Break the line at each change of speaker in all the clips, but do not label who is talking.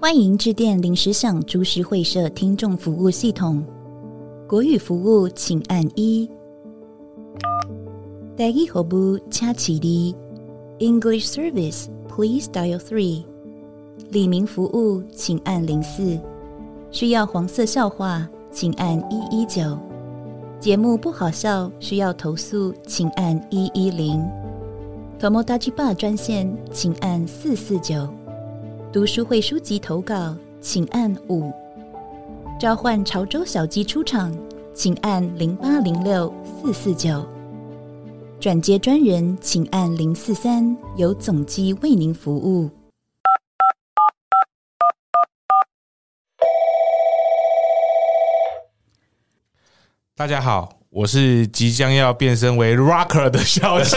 欢迎致电临时想株式会社听众服务系统，国语服务请按一，台语服务请起立，English service please dial three，李明服务请按零四，需要黄色笑话请按一一九，节目不好笑需要投诉请按一一零，Tomodachi Bar 专线请按四四九。读书会书籍投稿，请按五；召唤潮州小鸡出场，请按零八零六四四九；转接专人，请按零四三，由总机为您服务。
大家好，我是即将要变身为 rocker 的小七。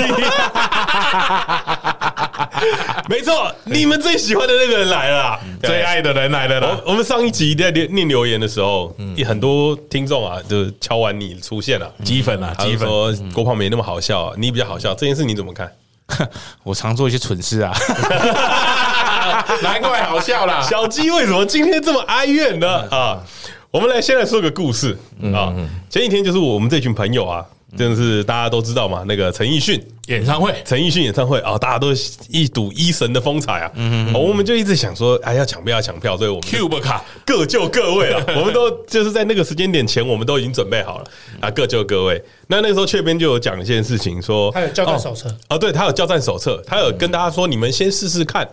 没错，你们最喜欢的那个人来了啦，
嗯最爱的人来了啦！嗯
我我们上一集在念念留言的时候，也很多听众啊，就是敲完你出现了，
鸡粉啊，
他
鸡
就
粉！
说郭胖没那么好笑啊，你比较好笑，这件事你怎么看？
我常做一些蠢事啊，难怪好笑啦。 嗯
小鸡为什么今天这么哀怨呢？啊，我们来先来说个故事啊。前几天就是我们这群朋友啊，真的是大家都知道嘛，那个陈奕迅，
演唱会
陈奕迅演唱会啊，大家都一睹一神的风采啊。哦我们就一直想说，哎，要抢票，要抢票，所以我们
Cube 卡，
各就各位啊，我们都就是在那个时间点前，我们都已经准备好了啊，各就各位。那那个时候，雀边就有讲一件事情说，
还有教战手册
哦哦，对他有教战手册，他有跟大家说，你们先试试看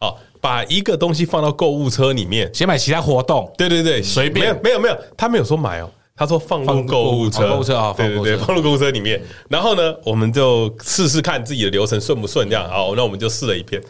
哦，把一个东西放到购物车里面，
先买其他活动，
对对对，
随便
没有没有没有，他没有说买哦。他说放入购物车，
放入购物车哦
对
放
对
入购物车
对，放入购物车里面。然后呢，我们就试试看自己的流程顺不顺，这样好，那我们就试了一遍。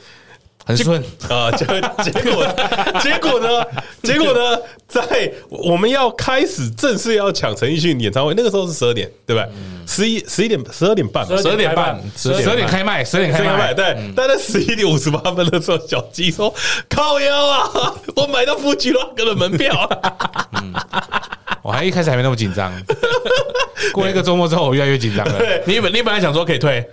很顺。
啊、 结结果 结果呢？结果呢？在我们要开始正式要抢陈奕迅演唱会，那个时候是十二点，对吧？十一十一点嗯十二点哎嗯半吧，
12
十二点半，十
十
二点半
二点开麦，十二点
这
开
个买
麦，
对，但在十一点五十八分的时候，小鸡说：“靠腰啊， 我买到夫吉拉哥的门票啊了。
我还一开始还没那么紧 张。过了一个周末之后，我越来越紧张了
对。
你本你本来想说可以退，”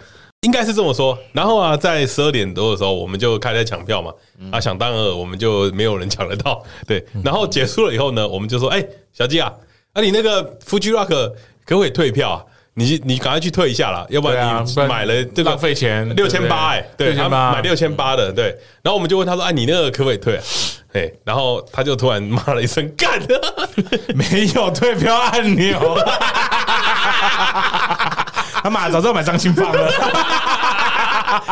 应该是这么说。然后啊，在十二点多的时候，我们就开始抢票嘛。
嗯
啊，想当然尔，我们就没有人抢得到。 对，然后结束了以后呢，我们就说：“哎，小鸡啊，啊，你那个 Fuji Rock 可不可以退票啊？你你赶快去退一下啦，要不
对啊
然你
不然
买了这个
浪费钱
六千八哎，对，
对
他
6800
买六千八的，对。然后我们就问他说：“哎，你那个可不可以退、啊？”哎，然后他就突然骂了一声“ 干”，
没有退票按钮。 他妈，早知道买张清芳了，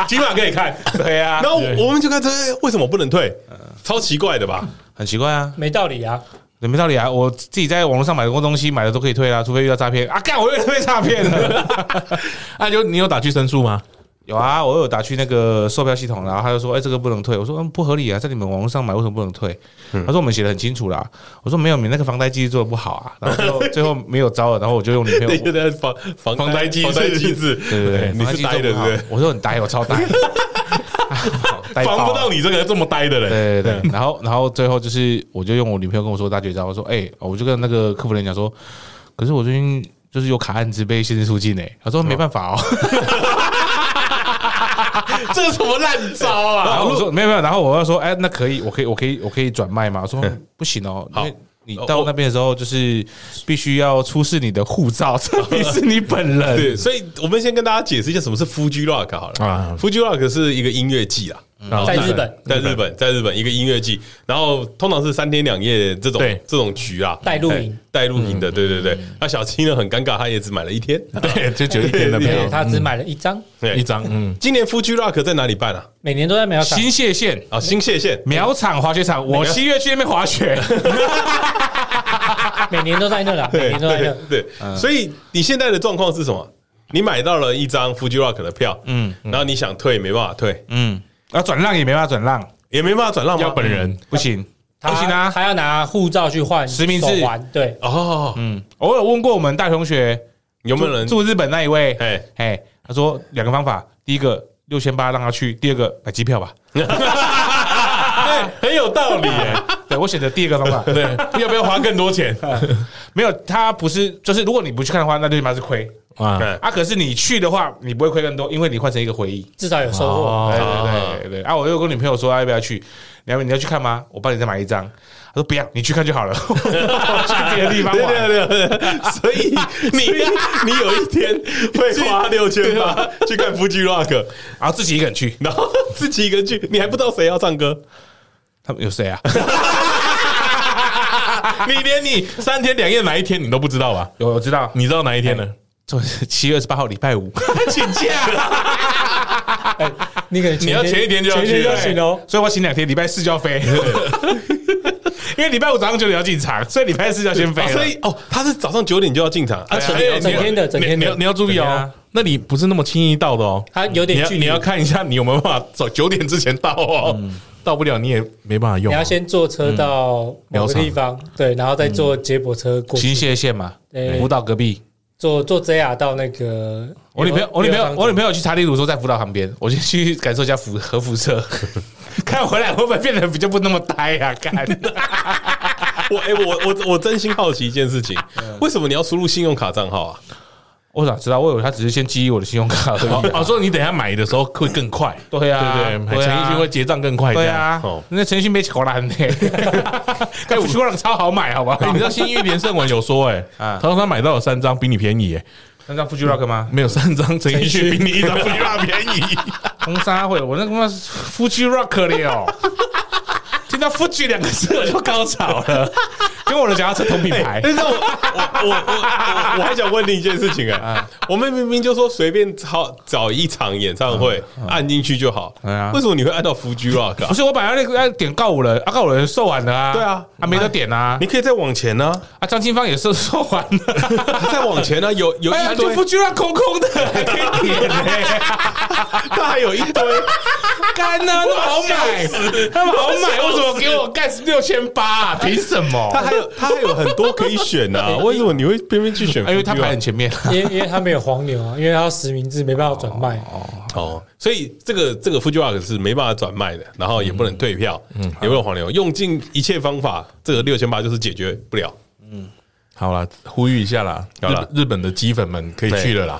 今晚可以看。
对啊呀
然后我们就看这哎为什么不能退，
嗯
超奇怪的吧？
很奇怪啊，
没道理啊！
没道理啊！我自己在网络上买过东西，买的都可以退啊，除非遇到诈骗啊！干，我又被诈骗了。
啊，就你有打去申诉吗？
有啊，我有打去那个售票系统，然后他就说：“哎、这个不能退。”我说：“嗯，不合理啊，在你们网络上买为什么不能退？”
嗯
他说：“我们写的很清楚啦。”我说：“没有，你那个房贷机制做的不好啊。”然后最后 最后没有招了，然后我就用女 朋
那
友
就在防防
防呆机制
防呆机制，
对对对，
你是呆的，对不对
对？？我说很呆，我超 呆，呆爆
防不到你这个这么呆的人。
对对
嗯
对，然后然后最后就是，我就用我女朋友跟我说大绝招，我说哎、我就跟那个客服人讲说，可是我最近就是有卡案子被限制出境诶、他说没办法哦，
这是什么烂招啊！
然后我说没有没有，然后我要说哎、那可以，我可以我可以我可以转卖吗？我说不行哦，因为
好
你到那边的时候就是必须要出示你的护照，证明是你本人。
对，所以我们先跟大家解释一下什么是 Fuji Rock 好了。
啊
啊，Fuji Rock 是一个音乐季啊，然后
在日本
在日本，在日本一个音乐季，然后通常是三天两夜这种
对
这种局啊，
带露营
哎，带露营的，对对对。那小七呢很尴尬，他也只买了一天，
对，就只有一天的
对
没
对
有
他只买了一张，
对
一张，嗯，
今年 Fuji Rock 在哪里办啊？
每年都在苗场。
新泻县
啊，新泻县。
苗场滑雪场，我七月去那边滑雪。
每年都在那啦，每年都在那。
对，所以你现在的状况是什么？你买到了一张 Fuji Rock 的票，嗯，然后你想退没办法退，
嗯，啊，转让也没办法转让，
也没办法转让吗？
要本人
不行，不
他
行啊！
他要拿护照去换
实名制
手环对，
哦，
嗯，我有问过我们大同学
有没有人？
住日本那一位，
哎，
哎，他说两个方法，第一个六千八让他去，第二个买机票吧。
很有道理耶。
对我选择第二个方法，
对，要不要花更多钱
没有他不是，就是如果你不去看的话，那六千八是亏
啊？
哎
啊。可是你去的话，你不会亏更多，因为你换成一个回忆。
至少有收获。
对啊
哦，
对对对对啊！我又跟女朋友说要不要去，你要你要去看吗？我帮你再买一张。他说不要，你去看就好了， 我去别的地方
对
玩。
对对对，所以你你有一天会花六千八去看 Fuji Rock，
然后自己一个人去，
然后自己一个去，你还不知道谁要唱歌，
他们有谁啊？
啊你连你三天两夜哪一天你都不知道吧？
有我知道，
你知道哪一天呢？
就是七月二十八号礼拜 五，
请假，
你可能
你要前一天就要
前
去
一天就
了
要去喽。
所以我请两天，礼拜四就要飞， 因为礼拜五早上九点要进场，所以礼拜四要先飞
啊
了。
所以哦，他是早上九点就要进场，啊，
整
哎你要
整天的整天的
你要你要注意
整天
哦
啊，
那你不是那么轻易到的哦。
它有
你
点
要
哎距离，
你要看一下你有没有办法走九点之前到哦，到不了你也没办法用
你
哦。
要先坐车到某个地方，对，然后再坐接驳车过
新
去，
泻县嘛，
对
福岛隔壁。
坐坐 JR 到那个。
我女朋友，我女朋友，我女
友，
朋友去查理鲁说在福岛旁边，我就去 感受一下辐核辐射，看回来会不会变得比较不那么呆啊？看，
我哎、我我我真心好奇一件事情，为什么你要输入信用卡账号啊？
我哪知道？我以为他只是先记忆我的信用卡而已
哦，
啊。
所以你等一下买的时候会更快，
对啊，
对不对？陈奕迅会结账更快，
对
这样。
啊
哦，
那陈奕迅没口 难呢，哎，我去那个超好买，好 不
哎，
好
你？知道新一连胜文有说哎，
啊
他说他买到有三张比你便宜哎，
那张 Fuji Rock 吗？
没有三张
哎
陈奕迅比你一张不
大便宜，
红沙会，我那他妈是 Fuji Rock 了哟。 听到 Fuji 两个字我就高潮 了，跟我的脚踏车同品牌。
但是我我我我我我还想问你一件事情哎、
啊
我们明明就说随便找找一场演唱会、
啊
按进去就好，
对啊
为什么你会按到 Fuji Rock？、啊
不、是我本来那个要点告五人，啊告五人售完了啊，
对啊
啊没得点啊
你，可以再往前呢、
啊张清芳也是售完了，
啊，再往前呢、有有
哎呀
一
就
堆，
不居然空空的，可以点欸
它还有一 堆，
干啊，那么好买，那么好买，为什 么给我干六千八？啊凭什么？
它还有它还有很多可以选
哎
啊，为什么你会偏偏去选 Fuji Rock？
啊因为他排很前面，
因为因为他没有黄牛啊，因为他要实名制，没办法转卖。
哦，所以这个这个 Fuji Rock 是没办法转卖的，然后也不能退票，
嗯
也不能黄牛，用尽一切方法，这个六千八就是解决不了。
好啦，呼吁一下啦，日
好啦
本日本的鸡粉们可以去了啦。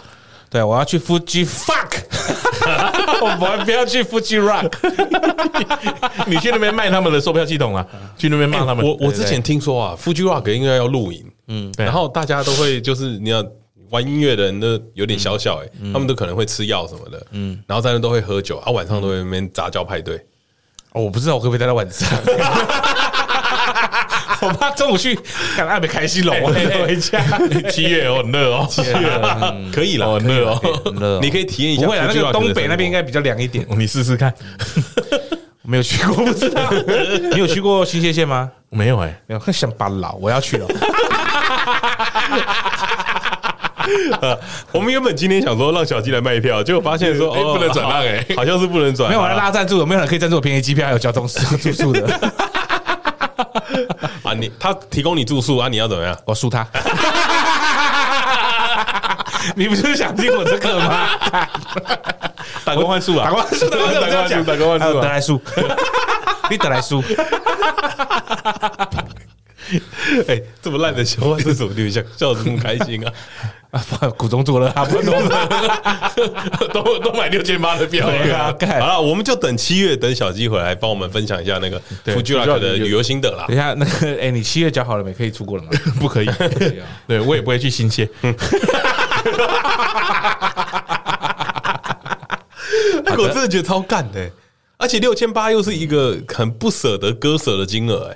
对我要去 Fuji Fuck，我们不要去 Fuji Rock，
你去那边卖他们的售票系统 啊，去那边骂他们。
我我之前听说啊，Fuji Rock 应该要露营，嗯，然后大家都会就是你要玩音乐的人都有点小小哎、
嗯
他们都可能会吃药什么的，嗯，然后在那都会喝酒啊，晚上都会在那边杂交 派对，
哦我不知道我可不可以待到晚上。我怕中午去，看阿北开心了，我回家。
七月哦很热哦，七月
啊
可以
哦
了
很，热哦，
很嗯热哦
你可以体验一下
不会啊，那
Fuji
个
Rock
东北那边应
的生活
该比较凉一点。
你试试看。
没有去过，不知道。 你有去过新泻县吗？
没有哎，
没有，想把老，我要去了。
我们原本今天想说让小鸡来卖票，结果发现说
哎
哦
不能转让哎
好好像是不能转，
欸没有，我来
好啦
拉赞助，有没有人可以赞助我便宜机票还有交通住宿 的？
啊，你他提供你住宿啊，你要怎么样？
我输他。 你不就是想听我这个吗？
打工换宿
打
啊，
官 司，打官司，
打官司打官司
还有德莱叔，啊 你德莱叔，
哎，这么烂的笑话是怎么你们笑 笑得这么开心啊？
啊不苦中作乐啊，不中
都都买六千八的票
对 啊
好
干
了，我们就等七月，等小鸡回来帮我们分享一下那个 Fuji Rock 的旅游心得啦
等。一下，那个， 哎，你七月缴好了没？可以出国 了吗？
不可以。
啊
对我也不会去新泻，
那哎个我真的觉得超干的欸，而且六千八又是一个很不舍得割舍的金额，哎，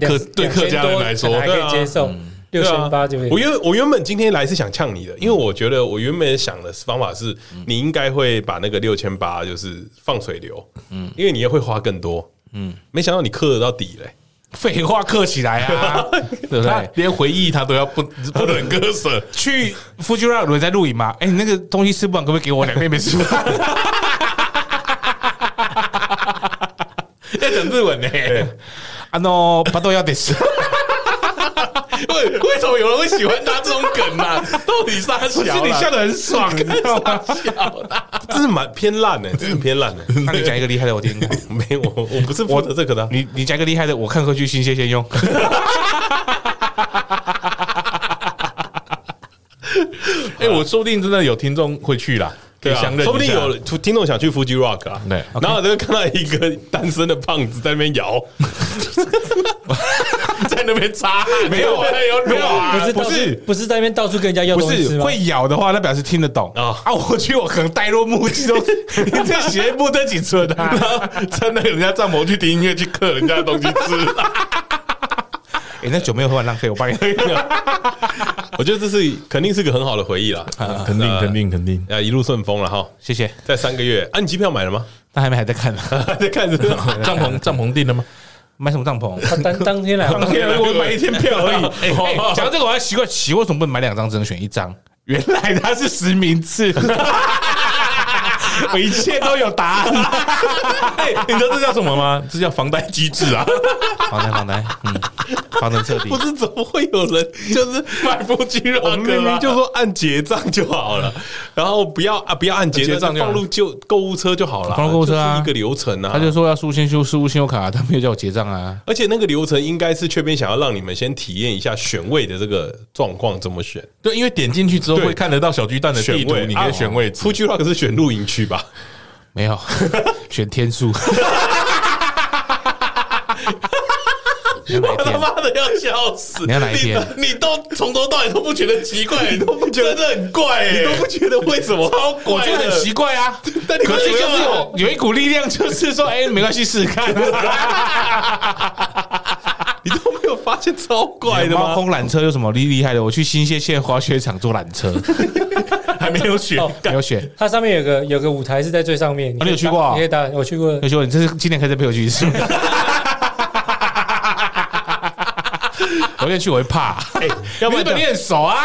客
两
对客家人来说
两千多可能还可
对啊
以接受，六
对啊
千八就可以
我原我原本今天来是想呛你的，因为我觉得我原本想的方法是，
嗯
你应该会把那个六千八就是放水流，嗯，因为你也会花更多，嗯，没想到你氪得到底嘞。
废话，客起来啊， 对不
他
对？
连回忆他都要不不能割 舍。
去 Fuji Rock 轮在露营嘛？哎，你那个东西吃不完，可不可以给我 两片没吃完？
要讲日文呢、
啊 no，巴豆要得死。
为为什么有人会喜欢他这种梗 啊？到底是他小
不是 你笑
的
得很爽，你知道吗？
这是蛮偏烂的、真的偏烂的、
那你讲一个厉害的，我听 听。
没有，我我不是负责这个的啊、
你你讲一个厉害的，我看回去新鲜先 用。
哎、我说不定真的有听众会去啦。
对
可以相
啊，
认一下
说不定有听众想去 Fuji Rock 啊，
对
然后就看到一个单身的胖子在那 边摇，
在那边擦汗，
没有
没有
没有
啊
啊
不是到
不是
处不是在那边到处跟人家要
不
东西
是
吗？
会咬的话，那表示听得 懂
啊
啊啊！我去，我可能呆若木鸡都， 你这鞋不得几寸 啊？
真的人家帐篷去听音乐去嗑人家的东西 吃，
哎，那酒没有喝完浪费，我帮你喝一个。
我觉得这是肯定是个很好的回忆 啦，
肯 定肯定肯定，
啊，一路顺风了哈。
谢谢。
在三个月，啊，你机票买 了吗？
那还没还在看呢，
在看着
帐篷帐篷定了吗？
买什么帐篷？
他当当天来，
当天我买一天票而 已。哎
哇
哎讲到这个，我还奇怪，奇为什么不能买两张，只能选一张？原来它是实名制。 我一切都有答案。
哎，你知道这叫什么吗？这叫房贷机制啊！
防弹防弹，嗯，防弹彻底
不。是怎么会有人 就是买不鸡肉？我们明明就说按结账就好了，然后不要啊，不要按结
结账
账，
就好
放入就购物车就好了，
放入购物车啊
就是一个流程啊。
他就说要输先修输信用卡，他没有叫我结账啊。
而且那个流程应该是雀边想要让你们先体验一下选位的这个状况怎么选，
对，因为点进去之后
对
会看得到小巨蛋的地
选
图，
位
你可以选位啊置
出。去的话可是选露营区 吧？
没 有，选天数。你要哪一
他
天？
妈的要笑死！
你要哪一天
你你都从头到尾都不觉得奇 怪，你都不觉得很怪，你
都不觉得为什么？
超
我
怪
觉得很
的。
奇怪啊。
但 你
可
们
是就
就是是
有有一股力量，就是说， 哎，没关系，试试看。
你都没有发现超怪的
猫
吗？
空缆车有什么厉厉害的？我去新泻县滑雪场坐缆 车，
还没有
哦
选，
没有选。
它上面有个有个舞台是在最上面，
啊你有去过啊
你可以打，我去过
那，兄，你这是今年开始陪我去一次。我先去我会怕，
哎要不
日
然这
本你
样，
很熟啊。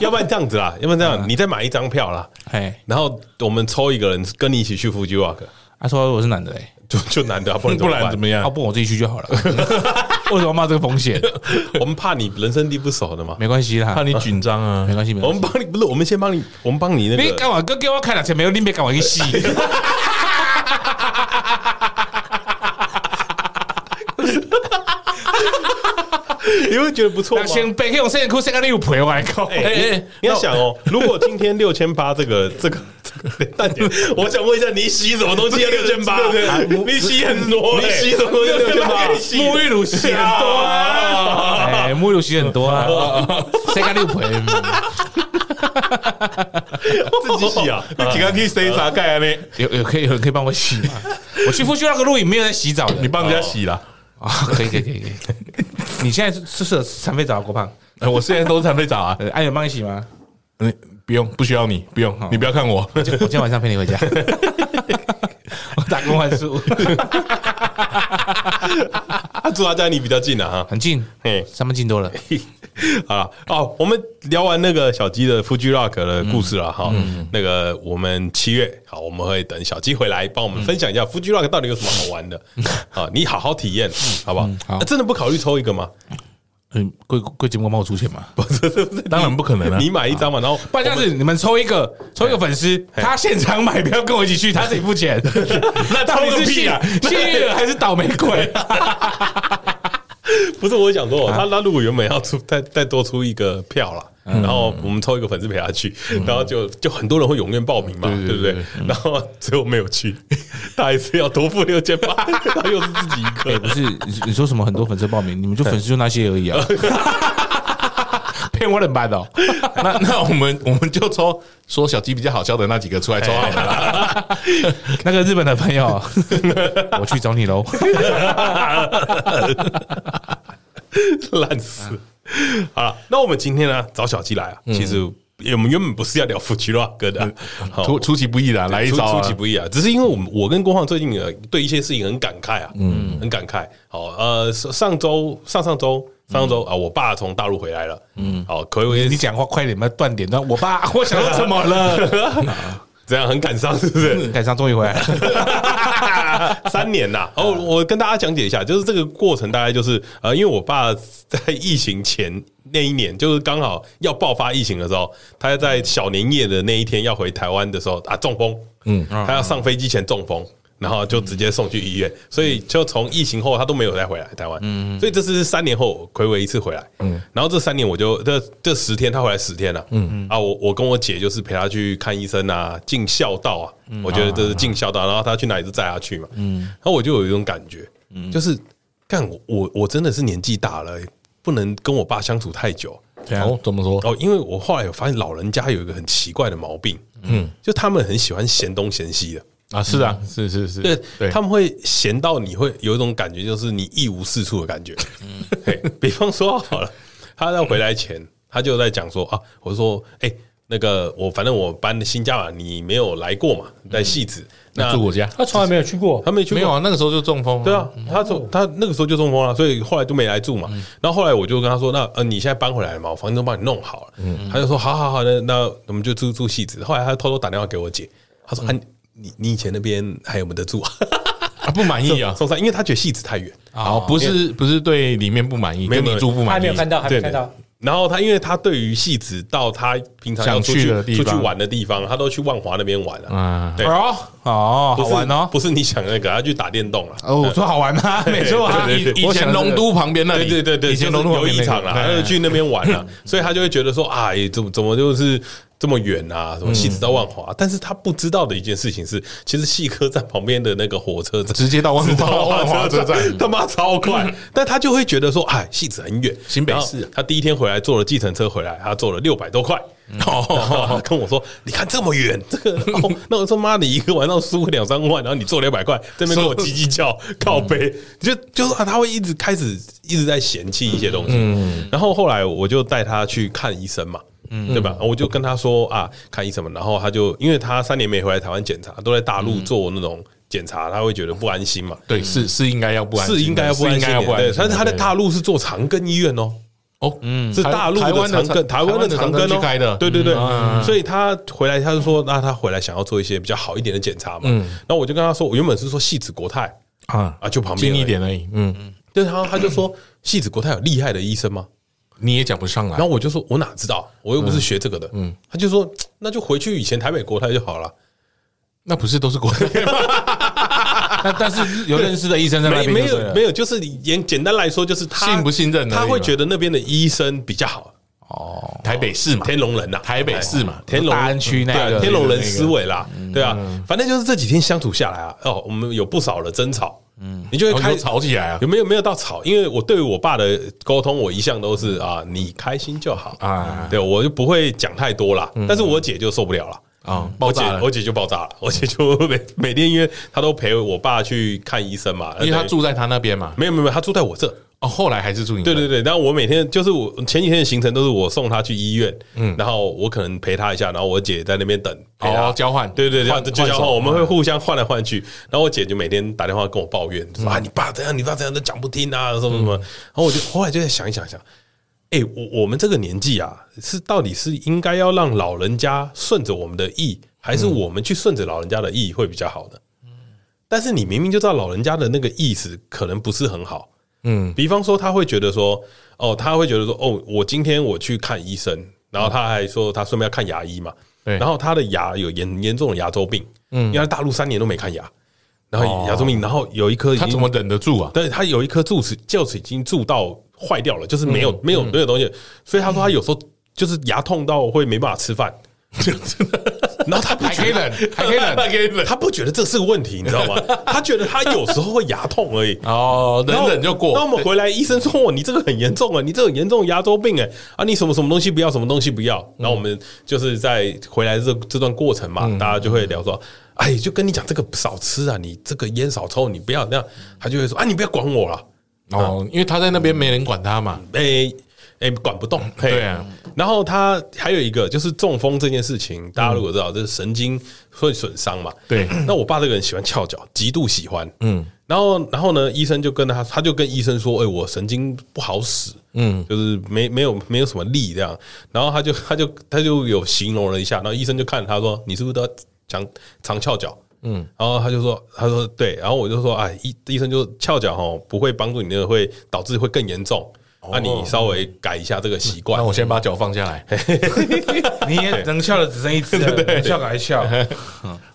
要不然这样子啦，要不然这样，你再买一张票啦，
哎，
然后我们抽一个人跟你一起去 Fuji Rock，
他说我是男的嘞，
就就难得啊，不然
不然
怎
怎
么
么样
要？不我自己去就好了。 为什么要冒这个风 险？
办？我们怕你人生地不熟的嘛，
没关系啦
怕，你紧张啊
没！关系，没
我
关系
们。帮你不是，我们先帮你，我们帮你那
你
个
干嘛？哥给我开两千，没有你别干嘛去 洗。
你会觉得不错吗
两？千八，用现在裤，现在你有陪我来搞。
哎、哎你要想哦，如果今天六千八这个这个这个，蛋 姐，我想问一下，你洗什么东西要啊六千八？啊你洗很多、你洗什么东西六千八？沐浴乳洗很 多啊！
哎，沐浴露洗很 多啊，谁敢你有陪？
自己洗啊，
你几个可以塞啥盖呢？
有有可以有人可以帮我洗吗？ 我去夫去那个录影没有在洗澡的，
你帮人家洗啦！
啊，可以可以可以 可以。你现在是是是残废澡啊，郭胖？
呃我现在都是残废找啊！
呃，安远帮你洗吗？
嗯，不用，不需要你，不用，你不要看 我。
我今天晚上陪你回家。 我打工换宿，
啊，住他家你比较近啊，哈。
很近，
嘿
三分近多了。
好了哦，我们聊完那个小鸡的 Fuji Rock 的故事了哈、那个我们七月好，我们会等小鸡回来帮我们分享一下 Fuji Rock 到底有什么好玩的啊？你 好好体验好不好？
好
啊真的不考虑抽一个吗？
嗯，贵贵节目帮我出钱嘛？
不是，是不是？
当然不可能啊
你！买一张嘛，然后
不然这样子，你们抽一个，抽一个粉丝，他现场买票跟我一起去，他自己付钱。 那到底
抽个
是
屁
幸
啊
幸运儿还是倒霉鬼？
不是我想说，他他如果原本要出再再多出一个票啦，然后我们抽一个粉丝陪他去，然后就就很多人会踊跃报名嘛，嗯对不对？嗯然后最后没有去， 他还是要多付六千八， 他又是自己一个人
不。是你你说什么很多粉丝报名，你们就粉丝就那些而已啊？ 骗我冷办哦！
那那我们我们就抽说小鸡比较好笑的那几个出来抽好了啦。
那个日本的朋友，啊 我去找你喽。
烂死。好了，那我们今天呢找小鸡来啊，其实我们原本不是要聊夫妻 rock 的啊，好
出哎出其不意啦，来一
出
招啊
出其不意啊！只是因为我们我跟郭晃最近呃对一些事情很感慨啊，嗯，很感慨。好，呃，上上周上上周上上周啊，我爸从大陆回来了，嗯，好，可以
你讲话快点，不要断点。那我爸， 我想到什么了？ 嗯
这样很感伤，是不是？
赶上终于回来了。
三年呐、哦，我跟大家讲解一下，就是这个过程大概就是呃，因为我爸在疫情前那一年，就是刚好要爆发疫情的时候，他在小年夜的那一天要回台湾的时候啊中风，嗯，他要上飞机前中风。然后就直接送去医院，所以就从疫情后他都没有再回来台湾，嗯，所以这次是三年后回违一次回来，嗯，然后这三年我就这这十天他回来十天了、嗯啊，我我跟我姐就是陪他去看医生啊，尽孝道啊，我觉得这是尽孝道，然后他去哪里就载他去嘛，啊嗯，然后我就有一种感觉，就是干我我我真的是年纪大了、不能跟我爸相处太久，
哦，怎么说？
哦，因为我后来有发现老人家有一个很奇怪的毛病，嗯，就他们很喜欢嫌东嫌西的，
啊，是啊，是是是，
对，
对，
他们会闲到你会有一种感觉，就是你一无是处的感觉。
嗯
嘿比方说好了，他在回来前，他就在讲说啊，我说哎、那个我反正我搬新家嘛，你没有来过嘛，在戏子，那
那嗯住我家
他从来没有去过，
他没去过
没有啊？嗯那个时候就中风，
对，啊，他从他那个时候就中风了，所以后来都没来住
嗯
嘛。然后后来我就跟他说：“那呃，你现在搬回来了嘛，我房间都帮你弄好了。”
嗯
他就说：“好好好，那那我们就住住戏子。”后来他偷偷打电话给我姐，他
嗯
说：“啊，你你你以前那边还有没得住啊，
啊，不满意？”啊
松山，因为他觉得戏子太远。
啊
好，不是不是对里面不满意，
没有
跟
没有
你住不
他还
满
没
意
有，看到，还没
对
有看到。
然后他因为他对于戏子到他平常要出
想去的地
出
方
去玩的地方，他都去万华那边玩了。
啊，
对
哦哦，
不
好
是
玩哦。
不是你想的那个，他去打电动了。
哦，我说好玩啊，没错啊，
以
对对
以前龙都旁边那
对
里，
对对对，
以前龙都
就是
旁
游
边
艺
那
场啊
个哎
啦，他就去那边玩 啦，所以他就会觉得说，哎，怎么怎么就是这么远啊？
嗯
什么戏子到万华？但是他不知道的一件事情是，其实戏科站旁边的那个火车站。
直接到万 华
到
万华车站，
他妈超快，但他就会觉得说，哎，戏子很远，
嗯新北市
然后他第一天回来坐了计程车回来，他坐了六百多块，
嗯
哦，跟我说，你看这么远， 这个，哦那我说妈，你一个晚上输两三万，然后你坐两百块，这边 跟我叽叽叫，
嗯
靠背，就就是啊，他会一直开始一直在嫌弃一些东西，
嗯
然后后来我就带他去看医生嘛。对吧？我就跟他说啊，看医生嘛，然后他就因为他三年没回来台湾检查，都在大
嗯
陆做那种检查，他会觉得不安心嘛。
对，是是应该要不安心的，
是应该要不
是
安
应
心
该要
点，
不安
对，
心的，
但是他在
对
大陆是做长庚医院哦，
哦，嗯，
是大陆
台湾
长庚，台湾的
长
长庚
去
哦
开的，
对对对
嗯啊，
所以他回来他就说，那他回来想要做一些比较好一点的检查嘛，
嗯
然后我就跟他说，我原本是说戏子国泰
啊，
啊，就旁边
近
而已
一，点而已，嗯，
对，然后他就说戏子国泰有厉害的医生吗？
你也讲不上
然，
来
后我就说，我哪知道，我又不是学这个的，嗯，他就说那就回去以前台北国泰就好了。
那不是都是国内
但但是有认识的医生在那
没
边，
没有没有，就是简简单来说，就是他
信不信任而已嘛
他会觉得那边的医生比较好，
哦
台北市嘛，
天龙人呐、
台北市嘛
天龙
大安区那
对啊
个
天龙人思维啦，
嗯
对啊，反正就是这几天相处下来啊，哦，我们有不少的争吵，嗯，你就
然
会
后
开
就吵起来啊
有没有没有到吵？因为我对我爸的沟通，我一向都是啊，你开心就好啊
啊，
对我就不会讲太多啦，但是我姐就受不了了。
啊，爆炸
我姐
了，
我姐就爆炸了。 我姐就每每天，因为她都陪我爸去看医生嘛，
啊因为他
对
住在他那边嘛，
没有没有，没有她住在我这，
哦，后来还是住你那
对
边，
对对，然后我每天就是我前几天的行程都是我送他去医院，然后我可能陪他一下，然后我姐在那边等，陪他
嗯哦，交换，
对对对，这样
换
就交
换
换，
手
我们会互相换来换去。然后我姐就每天打电话跟我抱怨，
嗯
就说啊，你爸怎样，你爸怎样都讲不听啊，什么什么。然后我就后来就在想一想想，哎，我我们这个年纪啊，是到底是应该要让老人家顺着我们的意，还是我们去顺着老人家的意会比较好呢？
嗯
但是你明明就知道老人家的那个意思可能不是很好，
嗯，
比方说，他会觉得说，哦，他会觉得说，哦，我今天我去看医生，然后他还说他顺便要看牙医嘛，
对
然后他的牙有严严重的牙周病，嗯，因为他大陆三年都没看牙，然后
哦
牙周病，然后有一颗已
他
经
怎么忍得住啊？
对他有一颗蛀齿，臼齿已经蛀到坏掉了，就是没
嗯
有、没有没有东西，所以他说他有时候就是牙痛到会没办法吃 饭，然后他不
还可
觉
以
得
忍，还可以忍， 还可以忍，
他不觉得这是个问题，你知道吗？他觉得他有时候会牙痛而已，
哦，
然
忍
后
忍就过。
那我们回来，医生说：“哦，你这个很严重啊，你这个很严重牙周病哎、啊，你什么什么东西不要，什么东西不要。”然后我们就是在回来这这段过程嘛，
嗯
大家就会聊说：“哎，就跟你讲这个少吃啊，你这个烟少抽，你不要那样。”他就会说：“啊，你不要管我了，
哦，因为他在那边没人管他嘛。
哎、哎、管不动。嘿
对啊，
然后他还有一个就是中风这件事情，大家如果知道，就是神经会损伤嘛。
对
那我爸这个人喜欢翘脚，极度喜欢。
嗯
然后，然后呢？医生就跟他，他就跟医生说：“哎、我神经不好使，
嗯，
就是没没有没有什么力这样。”然后他就他就他就有形容了一下，然后医生就看他说：“你是不是都要长长翘脚？”嗯，然后他就说：“他说对。”然后我就说：“哎，医医生就翘脚哦，不会帮助你那个，会导致会更严重。那、你稍微改一下这个习惯
那。我先把脚放下来。
你也能翘的只剩一只了，能翘还翘，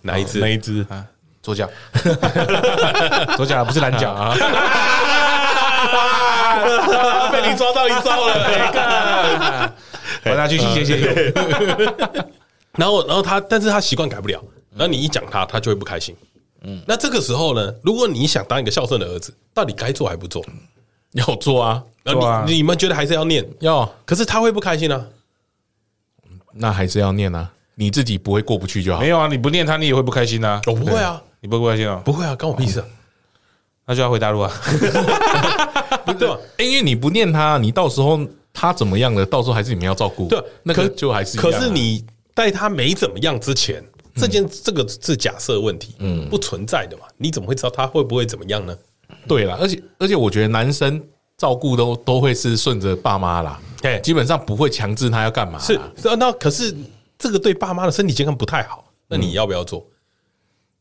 哪一只？啊
一只？
左脚，左脚不是蓝脚 啊。
被你抓到一招了，哎干
我拿去吸血血，
然后，然后他，但是他习惯改不了。然后你一讲他，他就会不开心。嗯，那这个时候呢，如果你想当一个孝顺的儿子，到底该做还不做？
要做啊，
然后你、
做啊
你们觉得还是要念，
要
可是他会不开心啊。
那还是要念啊，你自己不会过不去就好
没。有啊，你不念他，你也会不开心啊。
我不会啊，
你不会不开心啊？
不会啊，关我屁事啊，
那就要回大陆啊。
对吧？
欸因为你不念他，你到时候他怎么样了，到时候还是你们要照顾。
对
那个
可
就还是一样
可
啊
是你在他没怎么样之前，这件这个是假设问题，嗯，不存在的嘛，你怎么会知道他会不会怎么样呢？
对啦，而且而且我觉得男生照顾都都会是顺着爸妈啦，
哎，
基本上不会强制他要干嘛啦。
是那那可是这个对爸妈的身体健康不太好，那你要不要做？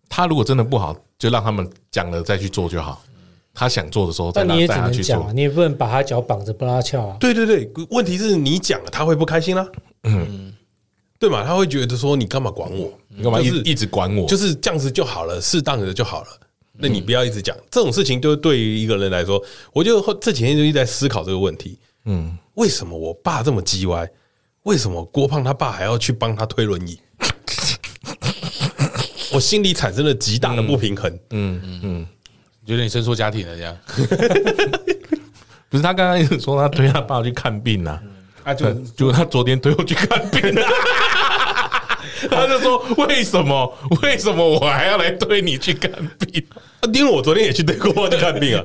他如果真的不好，就让他们讲了再去做就好。他想做的时候再
但
让
你也只
带他
能
去
讲
做
啊，。你也不能把他脚绑着不让他翘啊。
对对对，问题是你讲了他会不开心啦、对嘛？他会觉得说你干嘛管我？
嗯你干嘛一
就是
一直管我？
就是是这样子就好了，适当的就好了。
嗯
那你不要一直讲这种事情，就对于一个人来说，我就后这几天就一直在思考这个问题。嗯，为什么我爸这么叽歪？为什么郭胖他爸还要去帮他推 轮椅？我心里产生了极大的不平衡。
觉得你生错家庭了这样，
不是他刚刚一直说他推他爸去看病啊？
啊就
就他昨天推我去看病 啊。他就说：“为什么？为什么我还要来推你去看病？
啊因为我昨天也去对郭胖去看 病啊。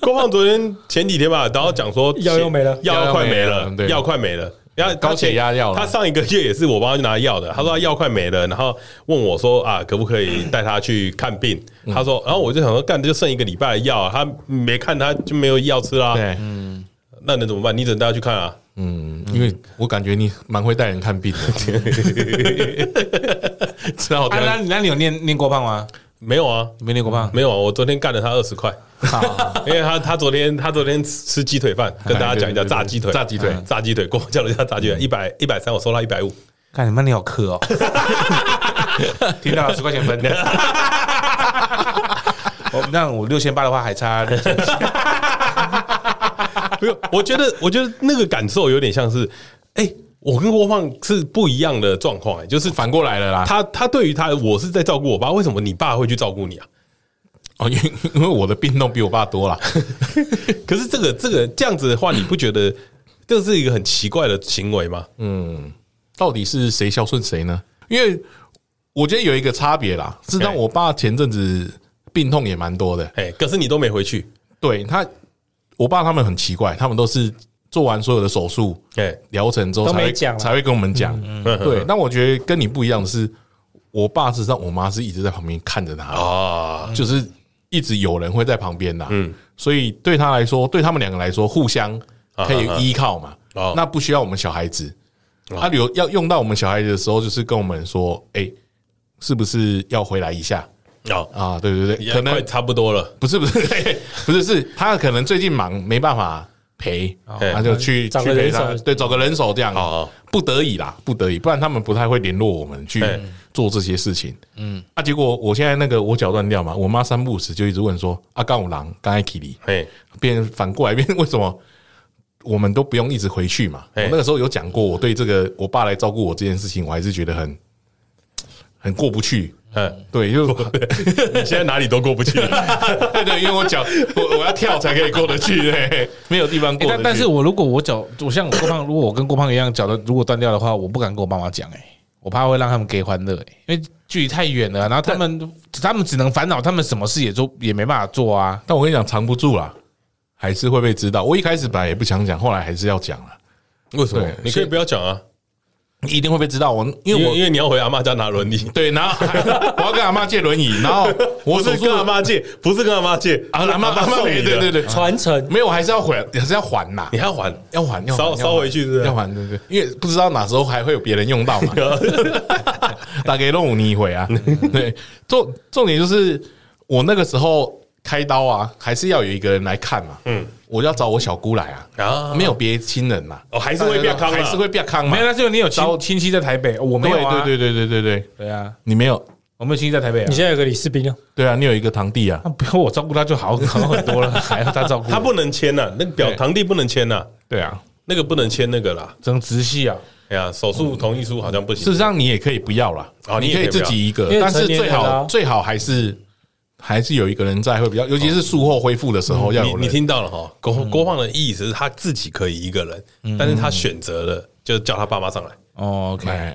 郭胖昨天前几天吧，然后讲说
药又没了
药又快没
药又
了
没了，对
药快没了。然后他
高血压药啦
他上一个月也是我帮他去拿药的。他说他药快没了，然后问我说啊，可不可以带他去看病？
嗯
他说，然后我就想说，干就剩一个礼拜的药啊，他没看他就没有药吃啦。嗯
对，
那能怎么办？你只能带他去看啊。
嗯，因为我感觉你蛮会带人看病的， 知道
啊，那
的。
你那你有念念过胖吗？
没有啊，
你没念过胖？
没有啊，我昨天干了他二十块， 因为他他昨天他昨天吃鸡腿饭，跟大家讲一下
哎对对对
炸鸡腿，
炸鸡腿嗯
嗯炸鸡腿，跟我叫了一下炸鸡腿，一百一百三，我收他一百五，
看你妈你好磕哦， 听到十块钱分。我那我六千八的话还差六千七，
没有，我觉得 我觉得那个感受有点像是，哎，我跟郭胖是不一样的状况，哎，就是
反过来了啦，
他他对于他，我是在照顾我爸，为什么你爸会去照顾你啊？
哦，因为因为我的病痛比我爸多啦。
可是这个这个这样子的话，你不觉得 这是一个很奇怪的行为吗？
嗯到底是谁孝顺谁呢？因为我觉得有一个差别啦，是让我爸前阵子病痛也蛮多的，
哎，可是你都没回去，
对他，我爸他们很奇怪，他们都是做完所有的手术
哎，嗯
疗程之后
都
才
没
会
讲嗯啊
才会跟我们讲。对，那我觉得跟你不一样的是，我爸实际上我妈是一直在旁边看着他的
啊，
就是一直有人会在旁边啦。嗯，所以对他来说，对他们两个来说，互相可以依靠嘛。
啊哦啊啊
那不需要我们小孩子，他有要用到我们小孩子的时候，就是跟我们说，哎，是不是要回来一下
哦，
啊？对对对，
也
可
快
能
差不多了。
不是不是 不是是他可能最近忙没办法陪，他就去
哦找
去
个
陪
人
他，
手
对，找个人手这样
哦哦，
不得已啦，不得已，不然他们不太会联络我们去
哎
做这些事情。嗯，啊，结果我现在那个我脚断掉嘛，我妈三不五时就一直问说啊，干五郎，刚才 Kitty，
嘿，
变反过来变为什么？我们都不用一直回去嘛。我
哎
那个时候有讲过，我对这个我爸来照顾我这件事情，我还是觉得很很过不去。
嗯，
对，就
你现在哪里都过不去了。
对对，因为我脚我我要跳才可以过得去，嘿没有地方过得
但
去。
但是我如果我脚，我像郭胖，如果我跟郭胖一样脚的如果断掉的话，我不敢跟我爸妈讲哎，我怕会让他们给欢乐哎，因为距离太远了，然后他们他们只能烦恼，他们什么事也做也没办法做啊。
但我跟你讲，藏不住啦，还是会被知道。我一开始本来也不想讲，后来还是要讲了，
为什
对
你可以不要讲啊，
一定会被知道。我
因
因为
为
我
因为你要回阿妈家拿轮椅，
对， 然后我要跟阿妈借轮椅，然后我
不
手
是
术
跟阿妈 借，不是跟阿妈借，
啊，阿妈阿妈
送你
没，对
的
对，啊对，
传承
没有，我还是要还，还是要还 呐
你，还要还。
要还要还
烧
要还
烧回去是不是
要还，对对，因为不知道哪时候还会有别人用到 嘛。
啊
大概弄你一回啊，对，重重点就是我那个时候开刀啊，还是要有一个人来看嘛，嗯，我要找我小姑来啊，
啊
没有别亲人嘛，
哦还是会变康啊
还是会变康嘛
没有，。那是因为你有亲亲戚在台北，我没有啊。
对对对对对对对，
对啊，
你没有，
我没有亲戚在台北啊
你，现在有个李世斌啊，
对啊，你有一个堂弟啊，
那不用我照顾他就好好很多了，还 要他照顾我。
他不能签啊呐，那个表
对
堂弟不能签呐，
对啊，
那个不能签那个啦。
整直系啊，
哎呀，手术同意书好像不
事
行
实。上你也可以不要啦，
哦你
你
也可以
可以
不要
自己一个
因，为
但是
成年
最
人啊
好最好还是还是有一个人在会比较，尤其是术后恢复的时候要
你
有
嗯你
人。
听到了哈？郭
嗯
郭胖的意思是他自己可以一个人，但是他选择了就叫他爸妈上来。
哦，OK，
哎，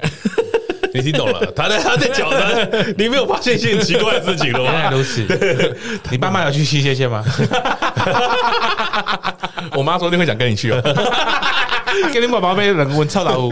你听懂 了？他在他在讲他，你没有发现一些很奇怪的事情了
原来
吗？
哎如 此。你爸妈有去西界线吗？
我妈说你会想跟你去 哦，
给你宝宝被人问臭老虎，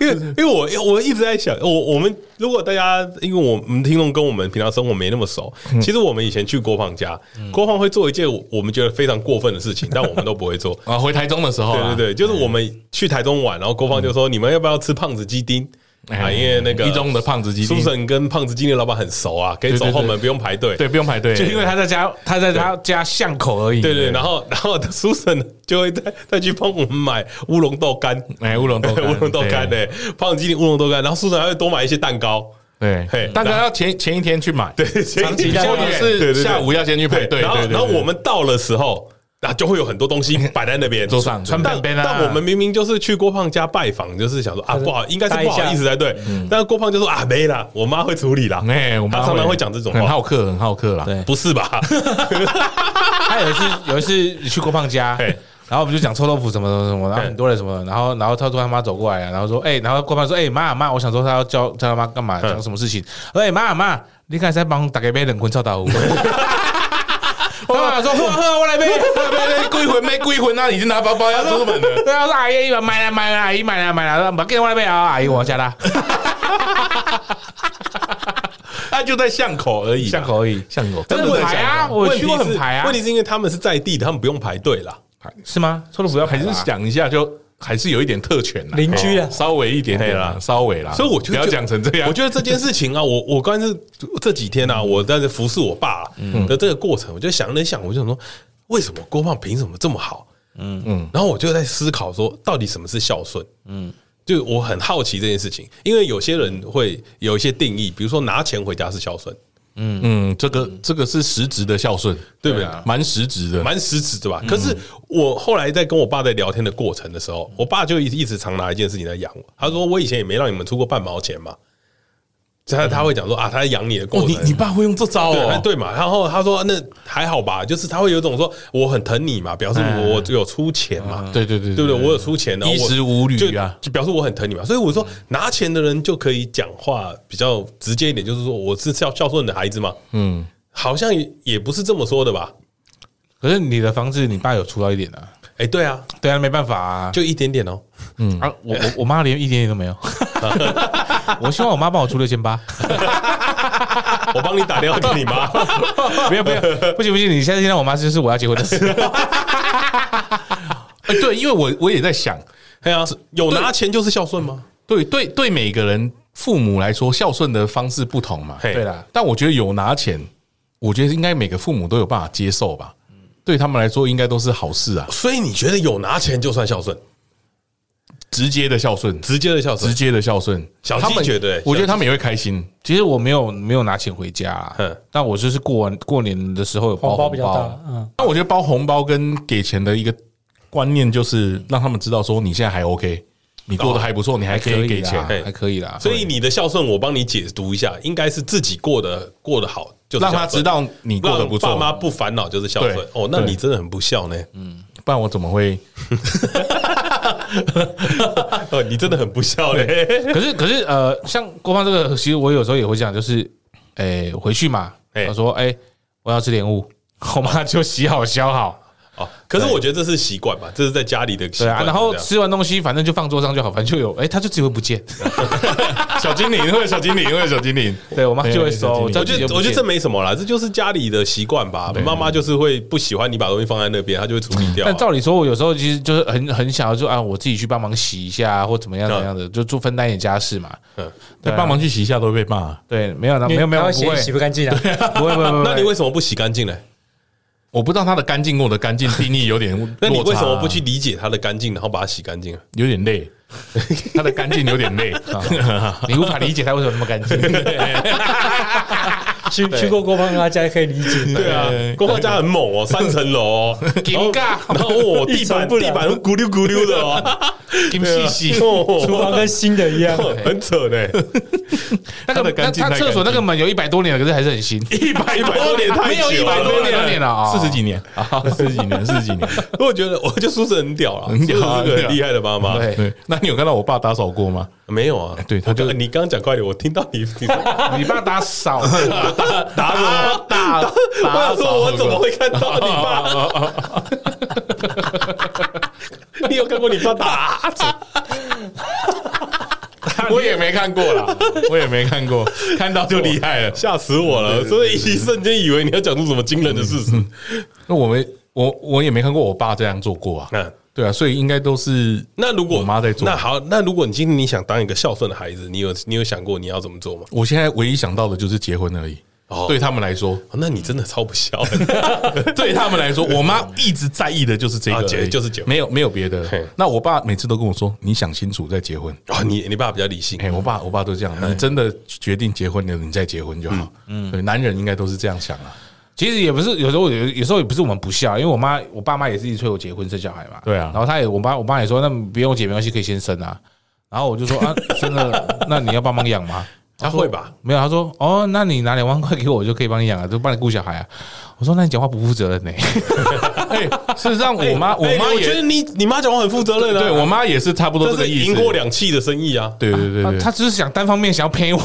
因为因为我我一直在想，我我们如果大家，因为我们听众跟我们平常生活没那么熟，
嗯
其实我们以前去郭胖家，郭胖会做一件我我们觉得非常过分的 事情，但我们都不会做。
啊，回台中的时候啊，
对对对，就是我们去台中玩，然后郭胖就说：“你们要不要吃胖子鸡丁？”啊，
哎
因为那个
一中的胖子基
苏
地，
神跟胖子鸡丁的老板很熟啊，可以走
对对对
后门，不用排队。
对，不用排队，
就因为他在家，他在他家巷口而已。
对对，然后然后苏神就会再再去帮我们买乌龙豆干，
哎乌龙豆干
乌龙豆干
对
呢，胖子鸡丁乌龙豆干，然后苏神还会多买一些蛋糕，嘿
对，大家要前前一天去买，对，
长
期在
或者
对对
是
对
下午要先去排队，
然后
对对
然后
对
我们到了时候。啊，就会有很多东西摆在那边
桌上
但
川
本边啊
但我们明明就是去郭胖家拜访，就是想说啊，
就是
不好，应该是不
搭一
好
下
意思才对。
嗯
但是郭胖就说啊，没啦，我妈会处理啦。
哎，我妈
他常常会讲这种话
很好客，很好客啦。
对
不是吧？
他有一次有一次去郭胖 家
嘿，
然后我们就讲臭豆腐什么什么什么，然后很多人什么，然后然后他突然他妈走过来啊，然后说，哎，然后郭胖说，哎妈妈，我想说他要教他妈干嘛，讲什么事情？哎妈妈，你刚才帮打给杯冷坤臭豆 腐。我妈妈说，喝啊喝啊，我来杯。
鬼魂没鬼魂啊，已经拿包包要出门 了。
对啊，说阿姨买了买了，阿姨买了买了，把给我来杯啊，阿姨我要加啦，
他就在巷口而已，
巷口而已，
巷口，
真的很排啊，我
问
去
题
过很
是
排啊
问，题是因为他们是在地的，他们不用排队啦。
是吗？臭豆腐要排
还
啊
是想一下，就还是有一点特权啦，
邻居啊
哦稍微一点点啦
嘿，
稍微啦。
所以我就
不要讲成这样，
我觉得这件事情啊，我我刚才是这几天啊，我在这服侍我爸
嗯
的这个过程，我就想了想，我就想说，为什么郭胖凭什么这么好？嗯嗯
嗯，
然后我就在思考说，到底什么是孝顺？嗯，就我很好奇这件事情，因为有些人会有一些定义，比如说拿钱回家是孝顺，
嗯，这个这个是实质的孝顺，
对不
对
对？
啊
蛮实质的。
蛮实质的
嗯
吧？可是我后来在跟我爸在聊天的过程的时
嗯
候，我爸就一直一直常拿一件事情来养我。他说：“我以前也没让你们出过半毛钱嘛。”他他会讲说啊，他在养你的过
嗯哦，
程
你，你爸会用这招
对哎
哦？
对嘛？然后他说那还好吧，就是他会有一种说我很疼你嘛，表示
嗯
我我有出钱嘛，
对对对
对不对？我有出钱的，
衣
我
食无虑
就
啊
就表示我很疼你嘛。所以我说
嗯
拿钱的人就可以讲话比较直接一点，就是说我是孝孝顺的孩子嘛。
嗯，
好像也也不是这么说的吧？
可是你的房子，你爸有出到一点啊？
哎，对啊，
对啊，没办法啊，就
就一点点哦。
啊，我 我我妈连一点点都没有。 我希望我妈帮我出六千八，
我帮你打电话给你妈，
不要不要，不行不行，你现在先让我妈知就是我要结婚的事。
哎对，因为我我也在想，
哎呀，有拿钱就是孝顺吗？
对对对，每个人父母来说，孝顺的方式不同嘛。啊
嘿
对啦，
但我觉得有拿钱，我觉得应该每个父母都有办法接受吧。对他们来说，应该都是好事啊，
所以你觉得有拿钱就算孝顺，
直接的孝顺，
直接的孝
直
顺？
接的孝顺。
小
他
鸡
们
觉得欸
我
小鸡
觉得他们也会开心。
其实我没有没有拿钱回家啊
嗯，
但我就是过完过年的时候有包
红包
哦包
比较大，，嗯，
那我觉得包红包跟给钱的一个观念，就是让他们知道说你现在还 OK，你过得还不错，哦你还可以给啊
啦
钱，
嘿
还可以啦。
所以你的孝顺，我帮你解读一下，应该是自己过得过得好，就是孝
让
顺
他知，道你过得不
让
错。
爸妈不烦恼就是孝顺
对。
哦，那
对嗯
你真的很不孝呢，
不然我怎么会？
哦， 你真的很不孝呢。
可是可是呃，像郭芳这个，其实我有时候也会讲，就是，哎，回去嘛，
哎
他说，哎，我要吃莲雾，我妈就洗好削好，
哦，可是我觉得这是习惯吧，这是在家里的习
对
惯。
啊，然后
这样
吃完东西反正就放桌上就好，反正就有，哎，他就只会不见。
小精灵会有小精灵会有小精 灵，
哎对我妈就会收，
对
我觉得我觉得这没什么啦，这就是家里的习惯吧。妈妈就是会不喜欢你把东西放在那边，她就会处理掉啊。
但照理说，我有时候其实就是很很想要就啊，我自己去帮忙洗一下啊或怎么样怎么样的，就做分担一点家事嘛。
再帮忙去洗一下都会被骂。
对，没有啊啦，没
因为
有没有，
他
不
会
会
嫌洗不干净啊，
不会不会不会。
呃
那你为什么不洗干净呢？
我不知道他的 干净跟我的干净定义有点落差啊，
那你为什么不去理解它的干净，然后把它洗干净啊？
有点累？它的干净有点累。
你无法理解它为什么那么干净。
去去过郭胖他家可以理解，
对啊，郭浩家很猛哦，三层楼哦，
尴尬，
然后哦，
一
地
层
板
不
地
了
板都 咕溜咕溜的
啊
哦，
金细细，
厨
哦，
房跟新的一样，
很扯呢，
那个
它的
那
干净
它
太
厕所
干
那
净
个门有一百多年了，可是还是很新，
一百一百多年太
没有
久
一百
了
多年了啊，
四十几年，四十几年，四十几年。
我觉得我就苏轼很屌了，
很
苏
屌啊
轼是个很厉害的妈妈。
对，
对，那你有看到我爸打扫过 吗？
没有啊，
对他就
我刚你刚刚讲快点，我听到你你打
你爸打扫，
打我，
打
我想说我怎么会看到
哦
你 爸？你有看过你爸打？
我也没看过啦， 我也没看过，看到就厉害了。
吓死我了！所以一瞬间以为你要讲出什么惊人的事实。
那我们我我也没看过我爸这样做过啊。
嗯
对啊，所以应该都是
那如果
我妈在做
那好，那如果你今天你想当一个孝顺的孩子，你有你有想过你要怎么做吗？
我现在唯一想到的就是结婚而已。
哦
对他们来说，
哦那你真的超不孝的，
对他们来 说，我妈一直在意的就是这个
啊
而已，
结就是结婚
没有没有别
嘿
的。那我爸每次都跟我说：“你想清楚再结婚。”
啊！你你爸比较理性
哎、，我爸我爸都这样，你真的决定结婚了，你再结婚就好。嗯，对，男人应该都是这样想啊。
其实也不是，有时候有有时候也不是我们不孝，因为我妈我爸妈也是一直催我结婚生小孩嘛。
对啊
然后她也我妈我妈也说，那不用结没关系，可以先生啊。然后我就说啊， 生了，那你要帮忙养吗？
他会吧？
没有，她说哦，那你拿两万块给我，我就可以帮你养啊，就帮你顾小孩啊。我说那你讲话不负责任呢、
哎、事实上，我妈、
哎
我妈
我觉
也、
得你你妈讲话很负责任啊，
对我妈也是差不多
这
这个
是
意思。
赢过两气的生意啊，
对对对对，
她她只是想单方面想要骗我，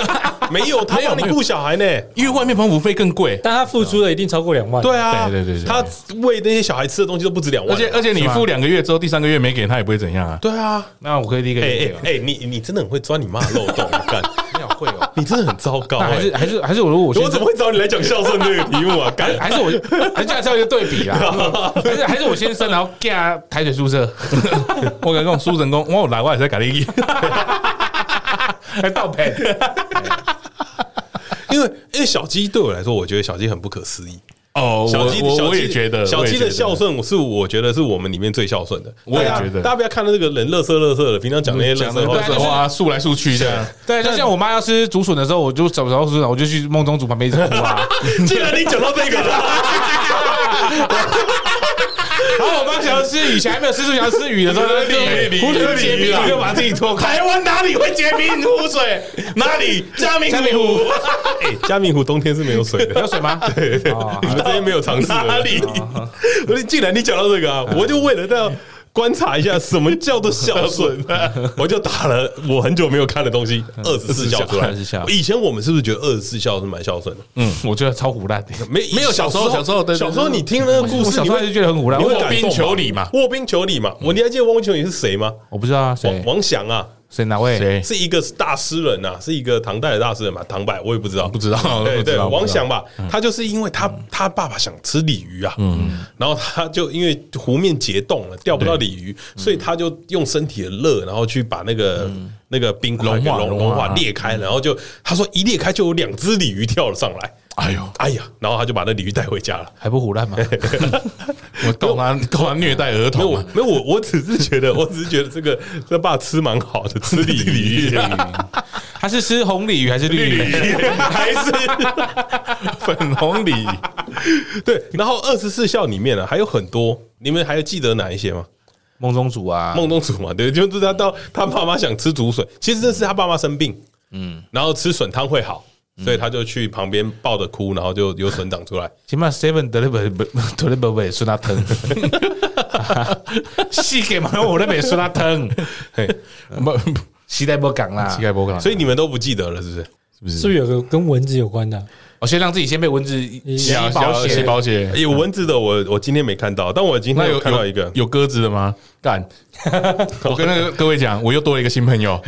没有他让你顾小孩呢，
因为外面澎湖费更贵，
但他付出的一定超过两万，
对啊，
对对对对
他喂那些小孩吃的东西都不止两万
而
啊，
且而呃且你付两个月之后，第三个月没给他也不会怎样啊。
对啊，
那我可以立刻
哎
理解
哎
了。
哎，你你真的很会钻你妈的漏洞，你看，
你好会哦，
你真的很糟糕，
那还是
哎
还是还是我如果我先
我怎么会找你来讲孝顺这个题目啊？干，
还是我，还是这样叫一个对比啦， 还是还是我先生，然后给他台水宿 舍，
我跟你讲，苏神公，我有来我也在改你。
还倒赔。
因为因为小鸡对我来说，我觉得小鸡很不可思议。
哦，
小鸡，
我
小
我
鸡
我也觉得
小鸡的孝，
我也觉得
顺，我是我觉得是我们里面最孝顺的。
我也
大家
觉得
大家不要看到这个人乐色乐色的，平常讲那些乐
讲的
色
都是
话，
哇，树来树去这样。
对，就像我妈要吃竹笋的时候，我就找不着竹笋，我就去梦中竹旁边一直哭 啊。
既然你讲到这个 了，
然后我妈想要吃鱼，以前还没有吃素，想要吃鱼的时候，就
鲤鱼
湖水
鲤鱼
结冰，
啊
我就把自己拖开。
台湾哪里会结冰 湖水？哪里嘉明湖？
哎，嘉明湖冬天是没有水的
有。水吗？哦
你们这些没有尝试的
哪里
我说，既然你讲到这个啊，我就为了要观察一下什么叫做孝顺， 我就打了我很久没有看的东西《二十四孝》出来
24孝。
以前我们是不是觉得《二十四孝》是蛮孝顺的？
嗯，我觉得超胡烂的。
没没有
小时候小时候对对
小时候你听那个故
我
事，
小
你
时候
会
就觉得很胡烂，
你
我
会
卧
感动
冰
吗
求鲤嘛
卧冰求鲤嘛。我你还记得汪求鲤是谁吗？
我不知道啊，谁
王王祥啊，
谁哪位？
谁
是一个大诗人呐、啊，是一个唐代的大诗人嘛？唐代我也不知道，
不知道
对对，
不知道嗯不知道
王想吧，他就是因为他他爸爸想吃鲤鱼啊，
嗯
然后他就因为湖面结冻了，钓不到鲤鱼，
嗯
所以他就用身体的热，然后去把那个那个冰块
融
给
化
融
融
融
化
化裂开，然后就他说一裂开就有两只鲤鱼跳了上来，
哎呦，
哎呀，然后他就把那鲤鱼带回家了。
还不胡烂吗？
我告他告他虐 待儿
没有
童啊！
没有，我我只是觉得，我只是觉得这个这爸吃蛮好的，吃鲤鱼，啊
他是吃红鲤鱼还是绿鲤鱼？
还是
粉红鲤，
对。然后二十四孝里面呢、啊还有很多，你们还有记得哪一些吗？
梦中竹啊，
梦中鼠嘛，对，就是他到他爸妈想吃竹笋，其实这是他爸妈生病，嗯，然后吃笋汤会好，
嗯
所以他就去旁边抱着哭，然后就有笋长出来。
起码 seven deliver deliver 也顺他疼， 细给嘛，我那边顺他疼，
嘿，
不不
期待不讲啦
膝。盖不可能，
所以你们都不记得了，是不是？
是不是有个跟蚊子有关的啊？
我先让自己先被蚊子吸
小
保
小
险
洗，保险。
哎有蚊子的，我我今天没看到，但我今
那
天有
有
看到一个
有，有鸽子的吗？干！我跟那个各位讲，我又多了一个新朋友，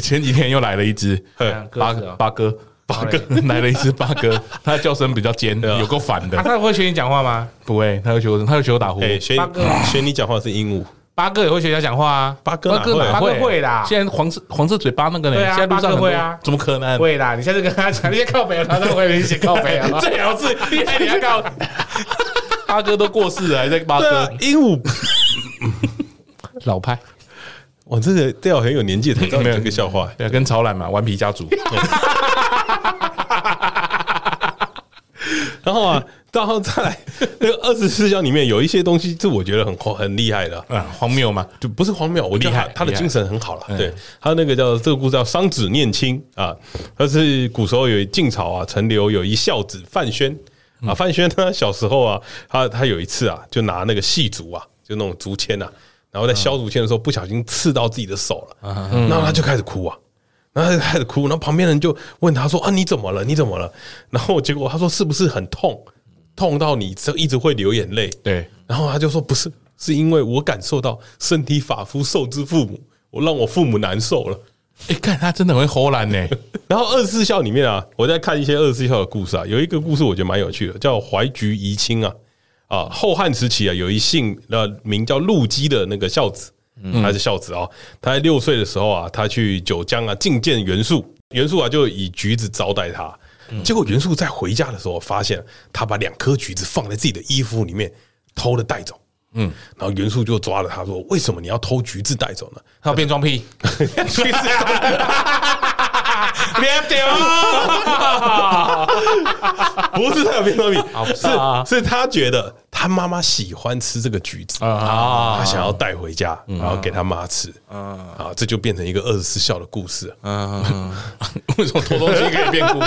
前几天又来了一只
嘿
啊鸽
八
子哦
八哥，八哥来了一只八哥，它的叫声比较尖，有够烦
啊
的。
他会学你讲话吗？
不会，它会学我，它会学我打呼。
哎，学
哦八哥
学你讲话是鹦鹉，
八哥也会学他讲话啊，
八哥哪会
八
啊？
哥会啦，
现在黄色黄色嘴巴那个呢？
对啊
现在路
八
上很多
哥会啊
怎么可能？
会啦。你下次跟他讲，你先靠北，他都会你先靠北啊。
最好是你还你要 告
啊
啊
八哥都过世了，还在八
对啊
哥，
鹦鹉
老派，
哇，这个都要很有年纪才知道你这个笑话。
对啊，跟曹懒嘛，顽皮家 族，
然后啊，然后再来那个二十四孝里面有一些东西，是我觉得很荒很厉害的啊，
啊，荒谬嘛，
就不是荒谬，我觉得
厉
他
害
他的
厉害哎
精神很好了。对，他那个叫这个故事叫桑子念亲啊，他是古时候有晋朝啊，陈留有一孝子范宣
嗯
啊，范宣他小时候啊，他他有一次啊，就拿那个细竹啊，就那种竹签啊，然后在削竹签的时候不小心刺到自己的手
啊
了，嗯然后他就开始哭啊。然后他就开始哭，然后旁边人就问他说：“啊，你怎么了？你怎么了？”然后结果他说：“是不是很痛？痛到你这一直会流眼泪？”
对，
然后他就说不是，是因为我感受到身体发肤受之父母，我让我父母难受了。
哎，看他真的很会偷懒呢，
然后二十四孝里面啊，我在看一些二十四孝的故事啊，有一个故事我觉得蛮有趣的，叫怀橘遗亲啊啊，后汉时期啊，有一姓呃名叫陆机的那个孝子，还是孝子啊，他在六岁的时候啊，他去九江啊觐见袁术，袁术啊就以橘子招待他，结果袁术在回家的时候发现他把两颗橘子放在自己的衣服里面偷了带走。嗯，然后袁术就抓了他说：“为什么你要偷橘子带走呢？
他有变装癖，
橘子
别丢，
不是他有变装癖，
不是啊
是是他觉得他妈妈喜欢吃这个橘子啊，他想要带回家，然后给他妈吃啊，这就变成一个二十四孝的故事。
为什么偷东西可以变哭？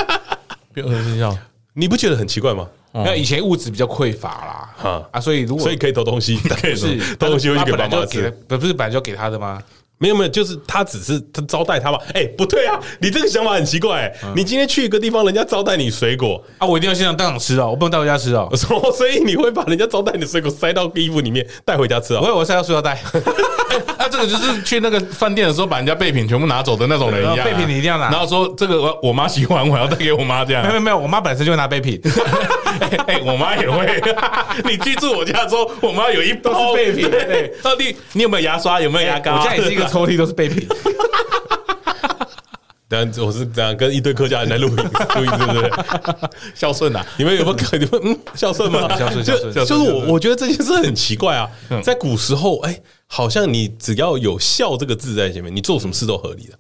变二十笑，
你不觉得很奇怪吗？
那以前物质比较匮乏啦
啊，
啊，所以如果
所以可以偷东西，可以偷
是
偷东西会
他
给
本
妈
来
妈
就给
吃
他，，不是本来就给他的吗？
没有没有，就是他只是他招待他嘛。哎，不对啊，你这个想法很奇怪、啊你今天去一个地方，人家招待你水果，
啊，我一定要现场当场吃哦，我不能带回家吃哦
我，说所以你会把人家招待你的水果塞到衣服里面带回家吃啊
哦
我？ 以为我塞到塑料袋，
啊那这个就是去那个饭店的时候把人家备品全部拿走的那种人一样啊，
对备品你一定要拿
然后说这个我我妈喜欢，我要带给我妈这样
没有没。有没有，我妈本身就会拿备品，
哎、我妈也会。你去住我家之后，我妈有一包
都是备品
哦对，到底你有没有牙刷？有没有牙膏、
我家也是一个抽屉都是备品，
但我是这样跟一堆客家人来录影，录影对不对？
孝顺啊，
你们有没有 看？你们嗯，孝顺吗？
孝顺孝
就
顺
就是我，我觉得这件事很奇怪啊。在古时候，哎，好像你只要有“孝”这个字在前面，你做什么事都合 理的。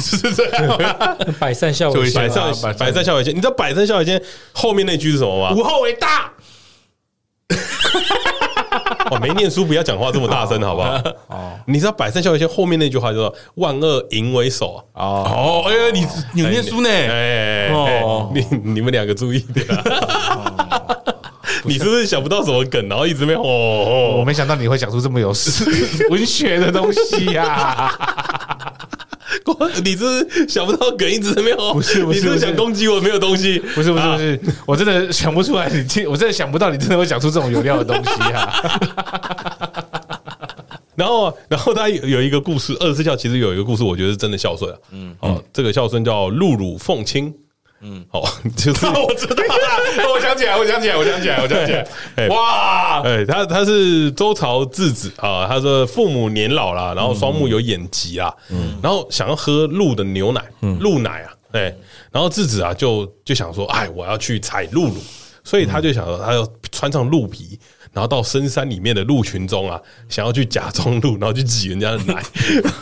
是这样吗。
百善孝为先啊
百善
百善
百善孝为先，你知道“百善孝为先”后面那句是什么吗？
无后为大。
我没哦念书，不要讲话这么大声，好不 好？哦，你知道“百善孝为先”后面那句话叫做“万恶淫为首”啊。
哦，哎呀，你你有念书呢？
哎，
哦
哎你你们两个注意点啊。 你是不是想不到什么梗，然后一直没有？哦
我没想到你会讲出这么有诗文学的东西啊呀、
我 你是不是想不到梗一直没有？
不是不是
你是不是想攻击我没有东西？
不是不是不是，
啊
我真的想不出来你这，我真的想不到你真的会讲出这种有料的东西啊！
然后，然后他有一个故事，二十四孝其实有一个故事，我觉得是真的孝顺啊。嗯，哦，这个孝顺叫露乳奉亲。嗯，哦，就是
我知道 了， 我想起来，我想起来，我想起来，我想 起来。
哎
哇，
哎，他他是周朝质子啊，他说父母年老啦，然后双目有眼疾啊，然后想要喝鹿的牛奶，鹿奶啊，哎，然后质子啊就就想说，哎，我要去采鹿乳，所以他就想说，他要穿上鹿皮。然后到深山里面的鹿群中啊，想要去假装鹿，然后去挤人家的奶，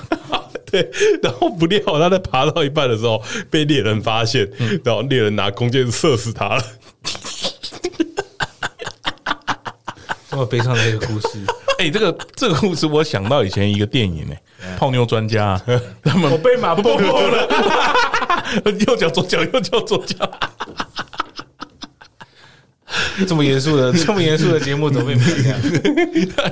对，然后不料啊他在爬到一半的时候被猎人发现，然后猎人拿弓箭射死他了。
这么悲伤的一个故事，
哎，这个这个故事我想到以前一个电影呢，
嗯
泡妞专家啊，他们我被马蹦蹦了， 右脚左脚右脚左脚，
这么严 肃的、这么严肃的节目怎么会变成这样？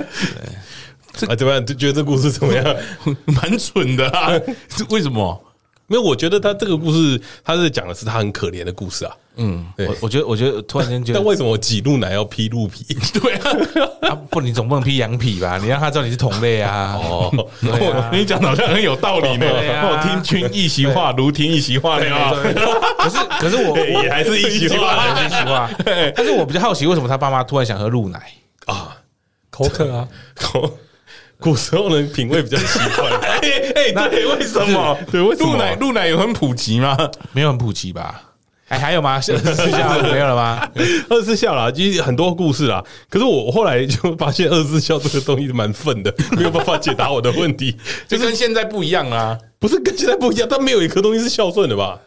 啊，怎么样？就觉得这故事怎么样？
蛮蠢的啊， 为什么？
没有，我觉得他这个故事，他是讲的是他很可怜的故事啊。
嗯，
对
我我觉得，我觉得突然间觉
但
得，
为什么我挤鹿奶要披鹿皮？
对 啊。
啊、不，你总不能批羊皮吧？你让他知道你是同类啊！
哦，
对啊
哦，你讲的好像很有道理呢。
对啊
哦，听君一席话，如听一席话
对啊
那样
没错可是可是我我啊
也还是一席话
还是喜欢，但是我比较好奇，为什么他爸妈突然想喝鹿奶？
啊。
口 渴啊，
古古时候人品味比较奇怪，哎哎，
哎，对，为什么？
对为什么
鹿奶鹿奶有很普及吗？
没有很普及吧？哎还还有吗？是是这样没有了吗？
二十四孝啦，其实很多故事啦。可是我我后来就发现二十四孝这个东西蛮笨的，没有办法解答我的问题。
就跟现在不一样啦。
不是跟现在不一样，但没有一颗东西是孝顺的吧？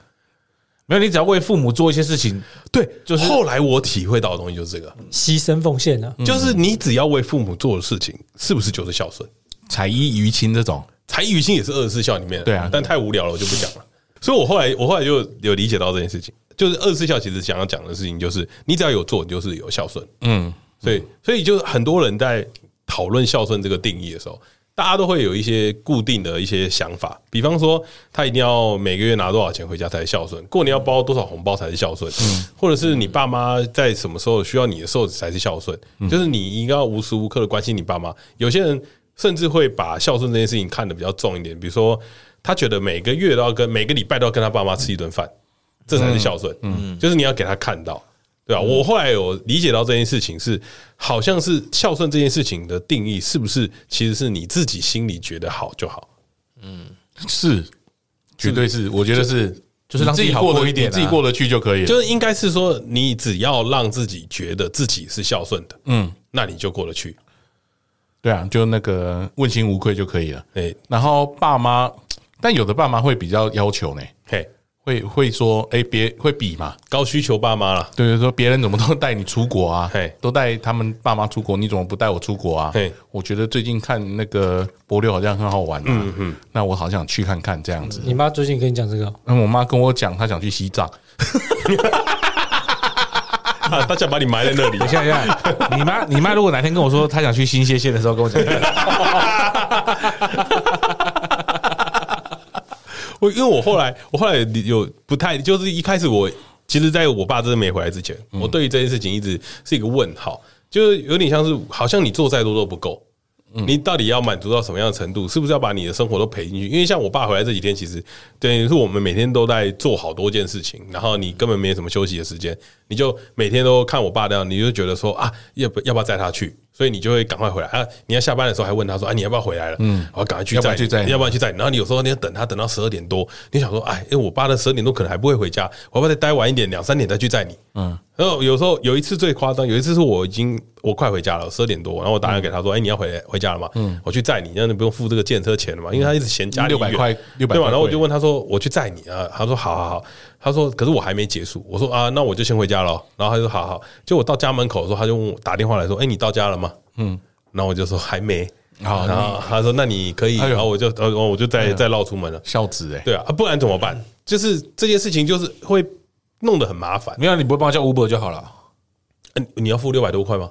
没有，你只要为父母做一些事情，
对，
就是
后来我体会到的东西就是这个，
牺牲奉献啊，
就是你只要为父母做的事情，是不是就是孝顺？
彩衣娱亲这种，
才艺于心也是二十四孝里面的，
对啊
但太无聊了，我就不讲了。所以我后来我后来就有理解到这件事情，就是二十四孝其实想要讲的事情就是，你只要有做，你就是有孝顺。
嗯，
所以所以就是很多人在讨论孝顺这个定义的时候，大家都会有一些固定的一些想法，比方说他一定要每个月拿多少钱回家才是孝顺，过年要包多少红包才是孝顺，或者是你爸妈在什么时候需要你的时候才是孝顺，就是你应该要无时无刻的关心你爸妈。有些人甚至会把孝顺这件事情看得比较重一点，比如说他觉得每个月都要跟每个礼拜都要跟他爸妈吃一顿饭，这才是孝顺。嗯，就是你要给他看到，对吧、我后来有理解到这件事情是，好像是孝顺这件事情的定义，是不是其实是你自己心里觉得好就好？
是，绝对是，我觉得是，
就是让
你自
自己好
过
过
得
一点啊
你自己过得去就可以了。
就是应该是说，你只要让自己觉得自己是孝顺的，嗯，那你就过得去。
对啊，就那个问心无愧就可以了。
哎、
然后爸妈，但有的爸妈会比较要求呢，
嘿，
会会说，哎，别会比嘛，
高需求爸妈啦，
对对，说别人怎么都带你出国啊
嘿，
都带他们爸妈出国，你怎么不带我出国啊
嘿？
我觉得最近看那个博六好像很好玩
嗯
啊，那我好想去看看这样子。
你妈最近跟你讲这个哦，
那我妈跟我讲，她想去西藏，
啊大家把你埋在那里。
等一下，等一下，你妈，你妈如果哪天跟我说她想去新泻县的时候，跟我讲，
我因为我后来我后来有不太，就是一开始我其实在我爸真的没回来之前，我对于这件事情一直是一个问号，就是有点像是好像你做再多都不够。
嗯
你到底要满足到什么样的程度？是不是要把你的生活都赔进去？因为像我爸回来这几天，其实等于是我们每天都在做好多件事情，然后你根本没什么休息的时间，你就每天都看我爸那样，你就觉得说啊，要不要不要载他去？所以你就会赶快回来啊！你要下班的时候还问他说啊，你要不要回来了？嗯，我赶快去
要不要
载你，
去载你
要不要去载你？然后你有时候你要等他等到十二点多，你想说哎，因为我爸的十二点多可能还不会回家，我要不要再待晚一点，两三点再去载你？嗯，然后有时候有一次最夸张，有一次是我已经我快回家了，十二点多，然后我打电话给他说：“哎、
嗯
你要回回家了吗？”我去载你，那你不用付这个建车钱了嘛，因为他一直嫌家里
600
远
嗯块600
对嘛？然后我
块
就问他说：“我去载你啊？”他说：“好好好。”他说：“可是我还没结束。”我说：“啊，那我就先回家了。”然后他就说：“好好。”就我到家门口的时候，他就问我打电话来说：“哎、你到家了吗？”嗯，然后我就说：“还没。”
好
然后他说：“那你可以。
哦哎呦哎
然后我就，然后我就再再绕出门了。
孝子哎，
对啊，啊不然怎么办？就是这件事情就是会弄得很麻烦。
没有，你不会帮我叫 Uber 就好了
嗯，你要付六百多块吗？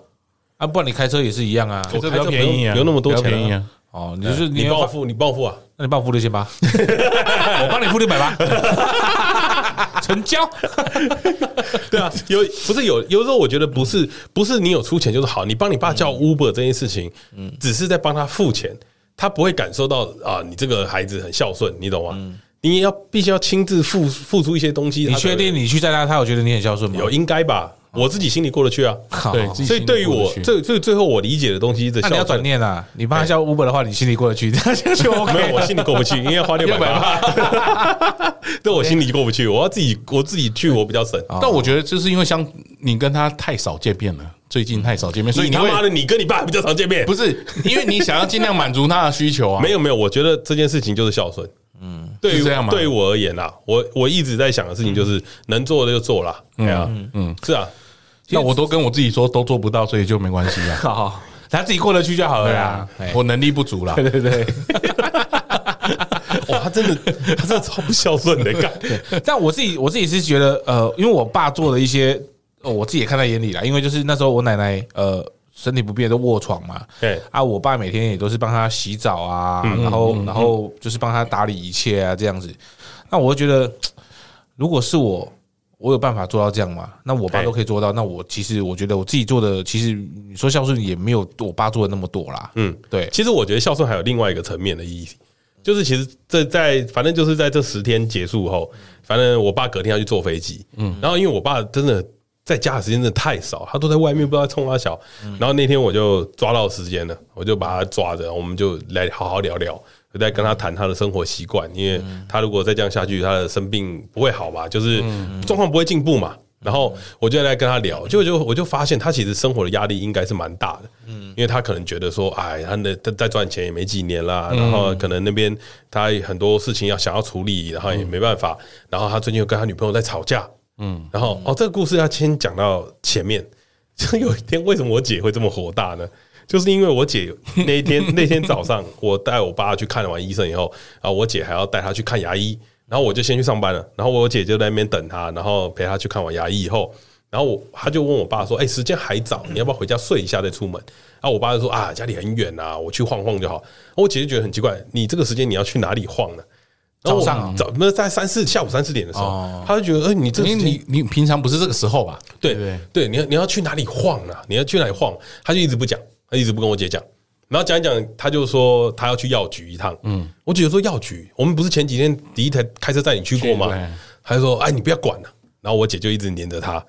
啊，不然你开车也是一样啊。
我
这
开
比较
车
便宜啊，
哦不用不用那么多
比较
钱啊
便宜啊。
哦，你就是
哎你
你
帮我
帮，
付，你帮我付啊！
那你帮我付六千八，我帮你付六百八， 成交。
对啊， 有不是有有时候我觉得不是不是你有出钱就是好，你帮你爸叫 Uber 这件事情，
嗯
只是在帮他付钱，他不会感受到啊，你这个孩子很孝顺，你懂吗？你也要必须要亲自付付出一些东西，
嗯你
他才
确
会
定哦你去载他，他有觉得你很孝顺吗？
啊有应该吧？我自己心里过得去啊。
靠，
对，哦自己
所以
心里
对于
过得
我
去
最最最后我理解的东西的
那你要
孝
转
顺，
念啊，你帮他叫 Uber 的话，你心里过得去， 这样就 OK。
没有我心里过不去，因为要花六 百八，这我心里过不去，我要自己我自己去，我比较省。
但我觉得就是因为相你跟他太少见面了，最近太少见面，所
所以
以你
他
会
妈的，你跟你爸比较常见面，
不是因为你想要尽量满足他的需求啊？
没有没有，我觉得这件事情就是孝顺。嗯，对于
是这样吗嗯
对于我而言啊，我我一直在想的事情就是能做的就做啦。对啊，嗯，是啊，
那我都跟我自己说都做不到，所以就没关系 啊。
好，他自己过得去就好了
对
啦
啊。
哎，
我能力不足啦。
对对。
哇，他真的他真的超不孝顺的， 干
但我自己我自己是觉得，呃，因为我爸做的一些，呃我自己也看在眼里啦。因为就是那时候我奶奶呃身体不便都卧床嘛，
对
啊，我爸每天也都是帮她洗澡啊，然后然后就是帮她打理一切啊这样子。那我就觉得，如果是我，我有办法做到这样嘛？那我爸
嘿
都可以做到，那我其实我觉得我自己做的，其实你说孝顺也没有我爸做的那么多啦。
嗯，
对，
其实我觉得孝顺还有另外一个层面的意义，就是其实这在反正就是在这十天结束后，反正我爸隔天要去坐飞机，嗯，然后因为我爸真的在家的时间真的太少，他都在外面不知道在冲他小。然后那天我就抓到时间了，我就把他抓着，我们就来好好聊聊，就在跟他谈他的生活习惯，因为他如果再这样下去，他的生病不会好嘛，就是状况不会进步嘛。然后我就在跟他聊，就就我就发现他其实生活的压力应该是蛮大的，嗯，因为他可能觉得说，哎，他的他再赚钱也没几年啦，然后可能那边他很多事情要想要处理，然后也没办法，然后他最近又跟他女朋友在吵架，嗯，然后哦，这个故事要先讲到前面，就有一天为什么我姐会这么火大呢？就是因为我姐那一天那天早上，我带我爸去看完医生以后，啊，我姐还要带他去看牙医，然后我就先去上班了，然后我姐就在那边等他，然后陪他去看完牙医以后，然后我他就问我爸说：“哎、时间还早，你要不要回家睡一下再出门？”啊，我爸就说：“啊，家里很远啊，我去晃晃就好。”我姐就觉得很奇怪，你这个时间你要去哪里晃呢？然后我
早上啊
早那在三四下午三四点的时候
哦，
他就觉得，哎，你这个时
因为
间
你你平常不是这个时候吧？
对
不
对对，你要你要去哪里晃啊？你要去哪里晃？他就一直不讲，他一直不跟我姐讲。然后讲一讲，他就说他要去药局一趟。嗯，我姐说药局，我们不是前几天第一台开车带你去过吗
去对？
他就说：“哎，你不要管了、然后我姐就一直黏着他，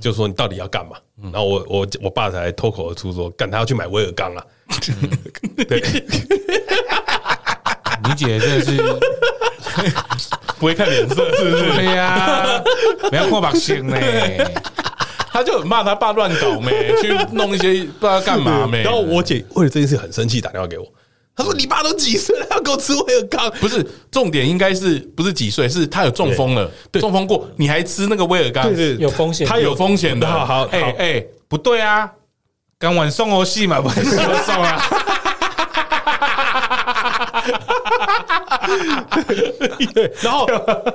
就说你到底要干嘛？
嗯
然后我我我爸才脱口而出说：“干，他要去买威尔刚啊！”
嗯
你姐真 的是，
不会看脸色是不是？
对呀，不要过把心呢。
他就很骂他爸乱搞没，去弄一些不知道干嘛没。
然后我姐为了这件事很生气，打电话给我，她说：“你爸都几岁了，还要给我吃威尔刚？”
不是重点，应该是不是几岁？是他有中风了，中风过，你还吃那个威尔刚？
对
有风险，
他
有风险的。
好好
哎
好
哎，
不对啊，刚晚送我戏嘛，不是我送 啊。
然 后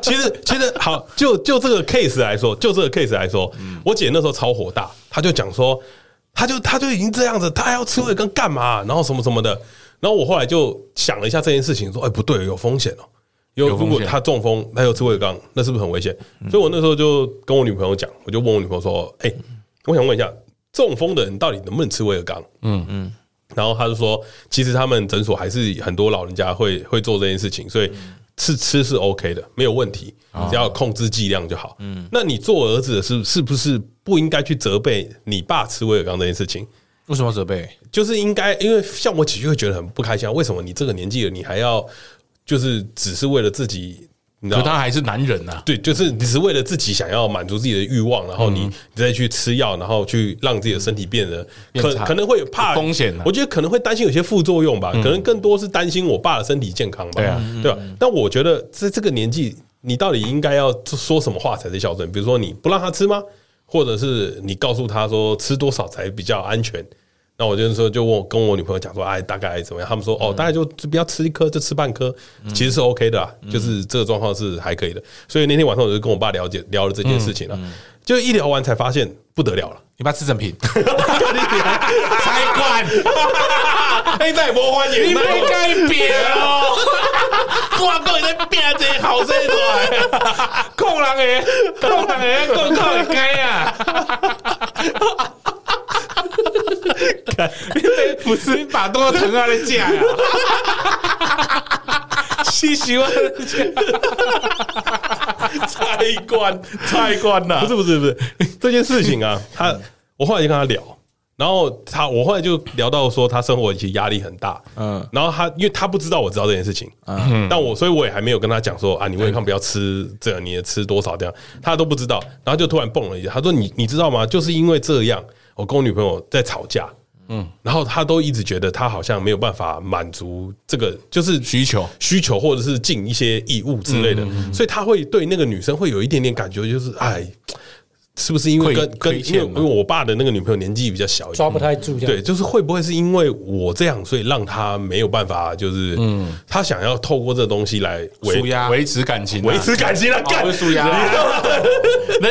其实其实好，就就这个 case 来说，就这个 case 来说，
嗯
我姐那时候超火大，她就讲说，她就她就已经这样子，她还要吃味跟干嘛？然后什么什么的。然后我后来就想了一下这件事情，说，哎，不对，有风险哦。有
有
如
风
果
险嗯
她中风，她有吃味刚，那是不是很危险？所以我那时候就跟我女朋友讲，我就问我女朋友说，哎，我想问一下，中风的人到底能不能吃味刚？然后他就说，其实他们诊所还是很多老人家会会做这件事情，所以吃吃是 OK 的，没有问题，只要控制剂量就好。嗯，那你做儿子的是是不是不应该去责备你爸吃威尔刚这件事情？
为什么要责备？
就是应该，因为像我姐就会觉得很不开心啊，为什么你这个年纪了，你还要就是只是为了自己，你知
可
道
他还是男人啊呐。
对，就是你只是为了自己想要满足自己的欲望，然后你、你再去吃药，然后去让自己的身体变得可
差
可能会有怕
有风险啊
我觉得可能会担心有些副作用吧，可能更多是担心我爸的身体健康吧，对啊，对吧？但我觉得在这个年纪，你到底应该要说什么话才是孝顺？比如说你不让他吃吗？或者是你告诉他说吃多少才比较安全？那我就是说，就问我跟我女朋友讲说，哎，大概怎么样？他们说，
嗯
哦，大概就不要吃一颗，就吃半颗，其实是 OK 的、啊，
嗯
就是这个状况是还可以的。所以那天晚上我就跟我爸了解聊了这件事情
嗯
了，就一聊完才发现不得 了了，
你爸吃整瓶，
才管，哎，那也不欢迎，你没改变哦。 我讲你在变这好生出来，
控狼哎，控狼哎，控控你该啊！
不是把多疼啊的假呀？
七十万，
菜官，菜官呐嗯
不是不是不是这件事情啊，他我后来就跟他聊，然后他我后来就聊到说他生活其实压力很大，嗯
嗯，
然后他因为他不知道我知道这件事情，嗯，但我所以我也还没有跟他讲说啊，你胃康不要吃这样，你也吃多少这样，他都不知道，然后就突然蹦了一下，他说你你知道吗？就是因为这样，我跟我女朋友在吵架。嗯，然后他都一直觉得他好像没有办法满足这个，就是
需求嗯
需求或者是尽一些义务之类的，所以他会对那个女生会有一点点感觉，就是哎，是不是因为
亏
跟
亏
跟因
欠
为
嘛
因为我爸的那个女朋友年纪比较小一
抓
点，
不太住这样。
对，就是会不会是因为我这样，所以让他没有办法，就是嗯，他想要透过这东西来维
舒压哦
维持感情啊，
维持感情来干
会输压，
那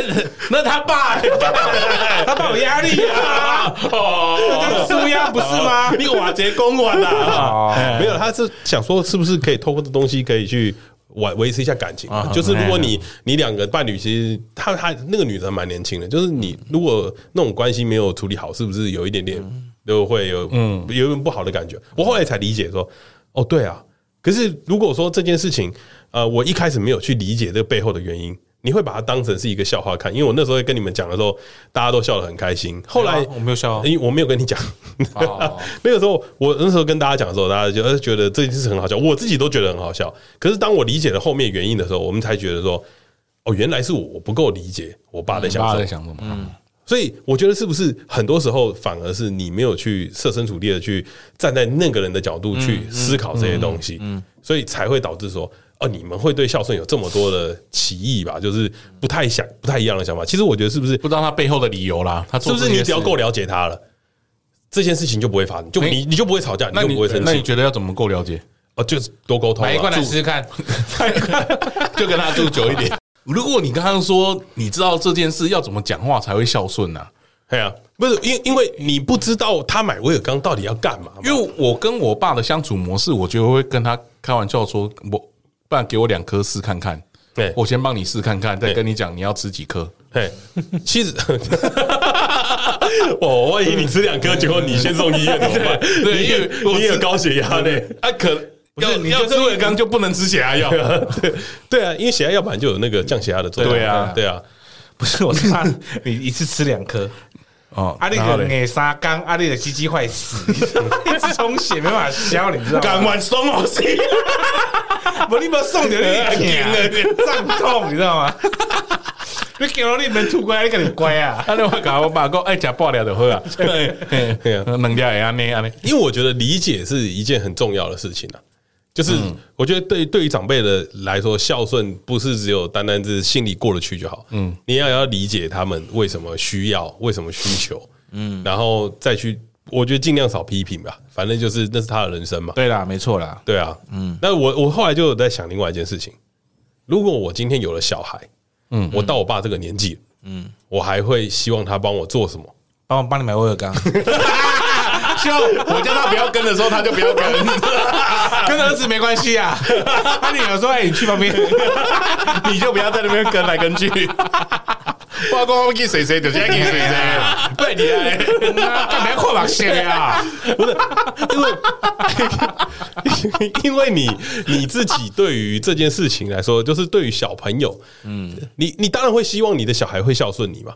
那他爸，
他爸有压力 啊！
哦，
输压不是 吗？
你瓦杰公馆啦，
哦，
没有，他是想说是不是可以透过这东西可以去维维持一下感情，啊
啊
就是如果
哎
你你两个伴侣其实他他那个女的蛮年轻的，就是你如果那种关系没有处理好，是不是有一点点就会有嗯有一点不好的感觉？我后来才理解说，哦对啊，可是如果说这件事情，呃，我一开始没有去理解这背后的原因，你会把它当成是一个笑话看，因为我那时候跟你们讲的时候，大家都笑得很开心。后来
没有啊我没有笑啊
因为我没有跟你讲。
哦
那个时候，我那时候跟大家讲的时候，大家就呃觉得这件事很好笑，我自己都觉得很好笑。可是当我理解了后面原因的时候，我们才觉得说，哦，原来是我我不够理解我爸在想
大
什
家
么
在。想什么？嗯，
所以我觉得是不是很多时候反而是你没有去设身处地的去站在那个人的角度
嗯
去思考这些东西，所以才会导致说。哦，你们会对孝顺有这么多的歧义吧？就是不太想、不太一样的想法。其实我觉得是不是
不知道他背后的理由啦。他
是
做
不是
这些
你只要
事
够了解他了，这件事情就不会发生，就
那
你你就不会吵架，你
那
就
你
不会生
那你
气。
觉得要怎么够了解？
哦，就是多沟通啊。
买一罐来试试看， 就跟他住久一点。如果你刚刚说你知道这件事要怎么讲话才会孝顺呢、啊？
哎呀，不是因因为你不知道他买威尔刚到底要干嘛嘛，
因为我跟我爸的相处模式，我就会跟他开玩笑说，我不然给我两颗试看看，
对
我先帮你试看看，再
对
跟你讲你要吃几颗。
哎嘿， 其实，哦，万一你吃两颗，结果你先送医院怎么办？
对
你
因为我
也你也有高血压呢。
啊，可
不是
要
你
要
就是
吃伟刚就不能吃啊血压 药，
对对啊，因为血压要不然就有那个降血压的作用。
对啊
对啊，
不是，我是怕你一次吃两颗，
哦
阿力
然后
的
嘞
眼沙缸，阿力的鸡鸡坏死，一直充血没办法消，你知道
干
吗？
完双老 师，
我你把送点 那个胀痛，你知道吗？你给我你们吐乖，你赶紧乖啊！
他另外搞我爸讲，爱吃爆料就好 啊，
对啊
能量也安尼安尼，
因为我觉得理解是一件很重要的事情啊。就是我觉得对对于长辈的来说，孝顺不是只有单单是心里过得去就好，嗯，你也要理解他们为什么需要，为什么需求，嗯，然后再去，我觉得尽量少批评吧，反正就是那是他的人生嘛，
对啦，没错啦，
对啊，嗯，那我我后来就有在想另外一件事情，如果我今天有了小孩，嗯，我到我爸这个年纪，嗯，我还会希望他帮我做什么？
帮我帮你买威尔 刚，
希望我叫他不要跟的时候，他就不要跟， 跟儿子没关 系啊。他女儿说：“哎，你去 旁边，你就不要在那边跟来跟去。”我讲我给谁谁，就现在给谁谁， 对你啊，干嘛看目线啊？
因为你你自己对于这件事情来说，就是对于小朋友，嗯，你你当然会希望你的小孩会孝顺你嘛，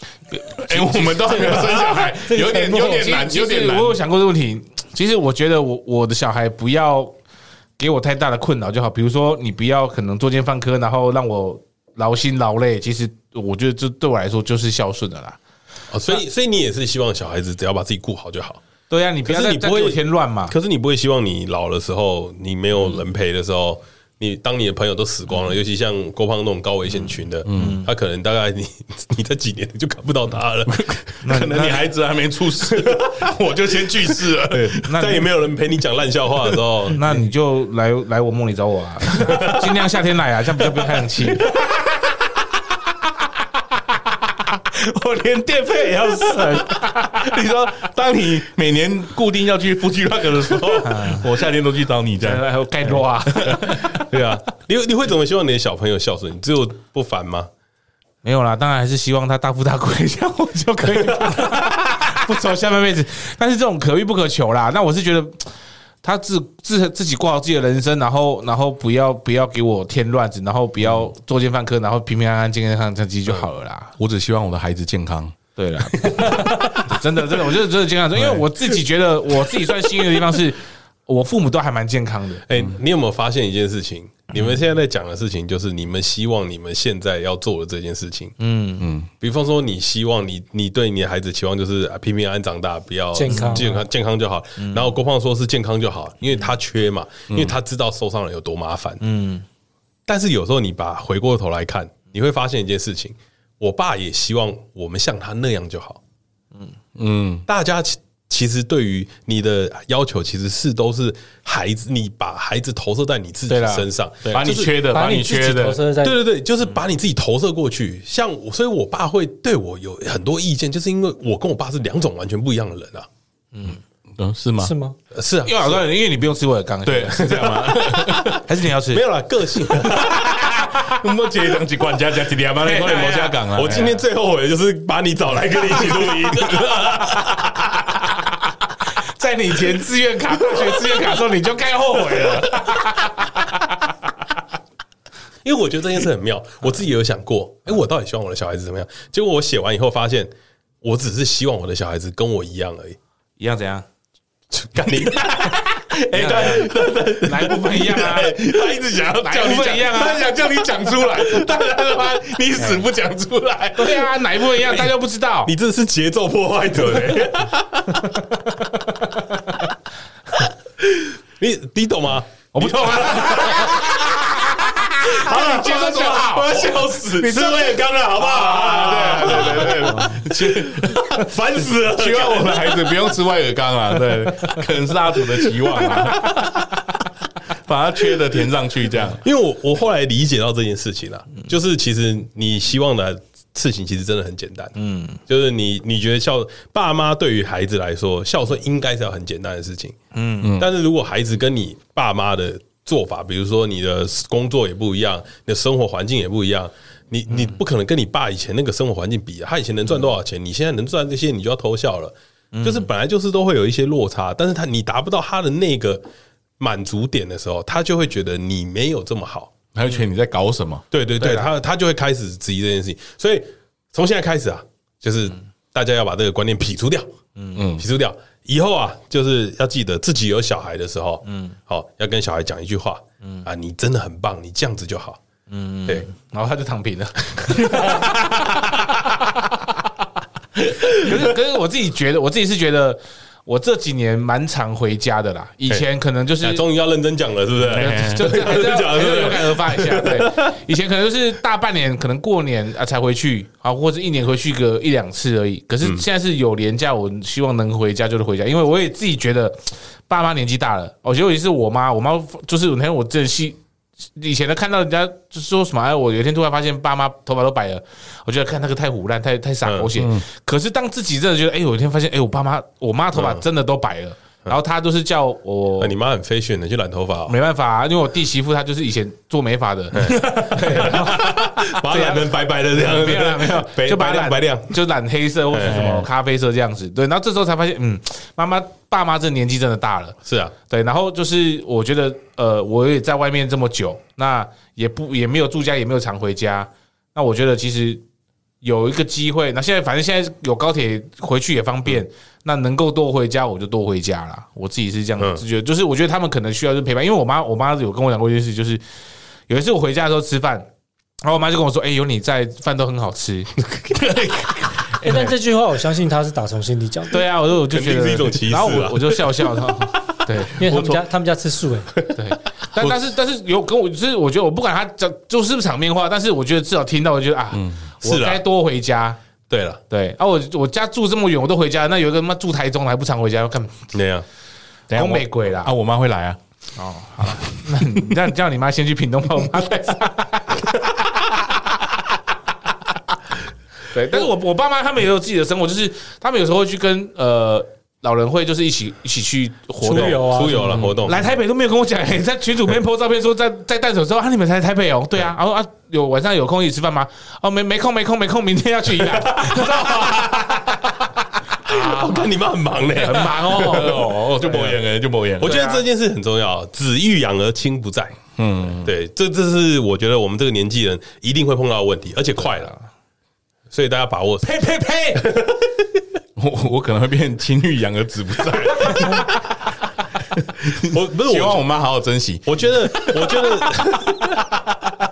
哎，我们都还没有生小 孩，有点有点难，
其实
有点
其
难
实我。有想过这个问题。其实我觉得我我的小孩不要给我太大的困扰就好，比如说你不要可能作奸犯科，然后让我劳心劳累。其实我觉得这对我来说就是孝顺的啦。
哦，所以所以你也是希望小孩子只要把自己顾好就好，
对
啊
呀、你不要
可是
再
你
再
不会
给我添乱嘛。
可是你不会希望你老的时候，你没有人陪的时候。你当你的朋友都死光了，尤其像郭胖那种高危险群的，嗯，他可能大概你 你在几年你就看不到他 了，可能你孩子还没出 世，
我就先去世 了。
那你
再也没有人陪你讲烂笑话的时候，
那你就来来我梦里找我 啊，尽量夏天来啊，这样比较不用开冷 气。
我连电费也要省。 你说，当你每年固定要去夫妻 rock 的 时候，我夏天都去找你这样。
还有盖洛啊，
对啊，你你会怎么希望你的小朋友孝顺？你只有不烦吗？
没有啦，当然还是希望他大富大贵，这样我就可 以不愁下半辈子。但是这种可遇不可求啦，那我是觉得。他自自自己过好自己的人生，然后然后不要不要给我添乱子，然后不要作奸犯科，然后平平安安、健健康康其实就好了啦。
我只希望我的孩子健康。
对啦， 真的真的，我就是真的健康，因为我自己觉得我自己算幸运的地方是，我父母都还蛮健康的。
哎、你有没有发现一件事情？你们现在在讲的事情，就是你们希望你们现在要做的这件事情。嗯嗯，比方说，你希望你你对你的孩子期望就是啊平平安安长大，不要
健康
健康啊嗯健康就好。然后郭胖说是健康就好，因为他缺嘛，因为他知道受伤了有多麻烦。嗯，但是有时候你把回过头来看，你会发现一件事情：我爸也希望我们像他那样就好。
嗯，
大家其其实对于你的要求，其实是都是孩子，你把孩子投射在你自己
对啦
身上，
把你
就是
缺的，把你
自己
缺
投
的，
射在
对对对，就是把你自己投射过去。像我，所以我爸会对我有很多意见，就是因为我跟我爸是两种完全不一样的人啊。
嗯，是吗
是？吗？
呃是啊，
因为好多人，因为你不用吃我的刚，
对，，是这样吗？
还是你要吃？
没有啦，个性。
我接一张几管家加几两嘛，你可能没加港啊。
我今天最后悔的就是把你找来跟你一起录音。
在你填志愿卡、大学志愿卡的时候，你就该后悔了。
因因为我觉得这件事很妙，我自己也有想过，哎、我到底希望我的小孩子怎么样？结果我写完以后发现，我只是希望我的小孩子跟我一样而已。
一样怎样？啊
干 你！哎、对对对对，
哪一部分一样啊？
他一直想要叫你
哪一部
讲
分一样啊
他想叫你讲出来，但是他妈你死不讲出来。
对啊，哪一部分一样？ 大家不知道。
你这是节奏破坏者、 欸，你你懂吗？
我不懂啊，
好了，
接受就好
我要笑死，你是为了刚了，好不好？对对对对，哦烦死 了！
希望我的孩子不用吃外耳缸啊，对，可能是阿祖的期望啊，把他缺的填上去，这样
因为我我后来理解到这件事情啊，就是其实你希望的事情其实真的很简单，嗯，就是你你觉得孝爸妈对于孩子来说孝顺应该是要很简单的事情，嗯，但是如果孩子跟你爸妈的做法，比如说你的工作也不一样，你的生活环境也不一样。你你不可能跟你爸以前那个生活环境比、啊，他以前能赚多少钱，你现在能赚这些，你就要偷笑了。就是本来就是都会有一些落差，但是他你达不到他的那个满足点的时候，他就会觉得你没有这么好。
他就觉得你在搞什么？
对对
啊
对，他他就会开始质疑这件事情。所以从现在开始啊，就是
嗯
大家要把这个观念撇除掉，嗯嗯，撇除掉。以后啊，就是要记得自己有小孩的时候，嗯，好，要跟小孩讲一句话，嗯啊，你真的很棒，你这样子就好，嗯，对，
然后他就躺平了。 可是，可是我自己觉得，我自己是觉得，我这几年蛮常回家的啦。以前可能就是
啊终于要认真讲了，是不是？
就就还是要
讲
还
了
是要
是不是
有感而发一下。 对，以前可能就是大半年，可能过年啊才回去啊，或者一年回去个一两次而已。可
嗯
是现在是有年假，我希望能回家就是回家，因为我也自己觉得爸妈年纪大了，哦，尤其是我妈，我妈就是我那天我真的是。以前的看到人家就说什么，哎，我有一天突然发现爸妈头发都白了，我觉得看那个太胡乱，太太傻狗
嗯
血。可是当自己真的觉得，哎，有一天发现，哎，我爸妈我妈头发真的都白了，然后她都是叫我
嗯啊，你妈很 fashion 的，去染头发 哦，
没办法、啊，因为我弟媳妇她就是以前做美发的，
把它染成白白的这样，
啊没有啦没有，
白
就把
白
它
亮
染
白亮。
就染黑色或者什么咖啡色这样子。对，然后这时候才发现，嗯，妈妈爸妈这年纪真的大了。
是啊，
对，然后就是我觉得，呃，我也在外面这么久，那也不也没有住家，也没有常回家。那我觉得其实有一个机会，那现在反正现在有高铁回去也方
嗯
便，那能够多回家我就多回家啦。我自己是这样
嗯
子觉得，就是我觉得他们可能需要是陪伴，因为我妈我妈有跟我讲过一件事，就是有一次我回家的时候吃饭，然后我妈就跟我说：“哎、有你在，饭都很好吃。
哎，但这句话我相信他是打从心底讲”的，
对啊，我就我就觉
肯定
得
是一种歧视
然
啊
后我我就笑笑，然后对。
因为他们家他们家吃素哎，
对， 但但是但是有跟我就是我觉得我不管他讲就是不是场面话，但是我觉得至少听到，我觉得啊，我
是啊
该多回家。
对了，
对啊，我我家住这么远，我都回家。那有一个他妈住台中的还不常回家，干
那样
等一下
东
我
北鬼啦
啊，！我妈会 来啊，
哦，好了，那你那你叫你妈先去屏东把我妈带上。对，但是我我爸妈他们也有自己的生活，就是他们有时候会去跟呃老人会，就是一起一起去活动
出游啊
出游了活动，
来台北都没有跟我讲、欸，在群主边 po 照片说在 在淡水之后啊，你们才台北哦，对啊，然后啊有晚上有空一起吃饭吗？哦，没没空没空没空，明天要去宜 兰，
我看你妈很忙呢，
很忙哦。
哦，就博眼哎，就博眼
我觉得这件事很重要，子欲养而亲不在。嗯，对，这这是我觉得我们这个年纪人一定会碰到的问题，而且快了，所以大家把握。
呸呸呸！
我我可能会变情欲养而子不在，
我不
希
是
望
我，
我妈好好珍惜。
我觉得，我觉得，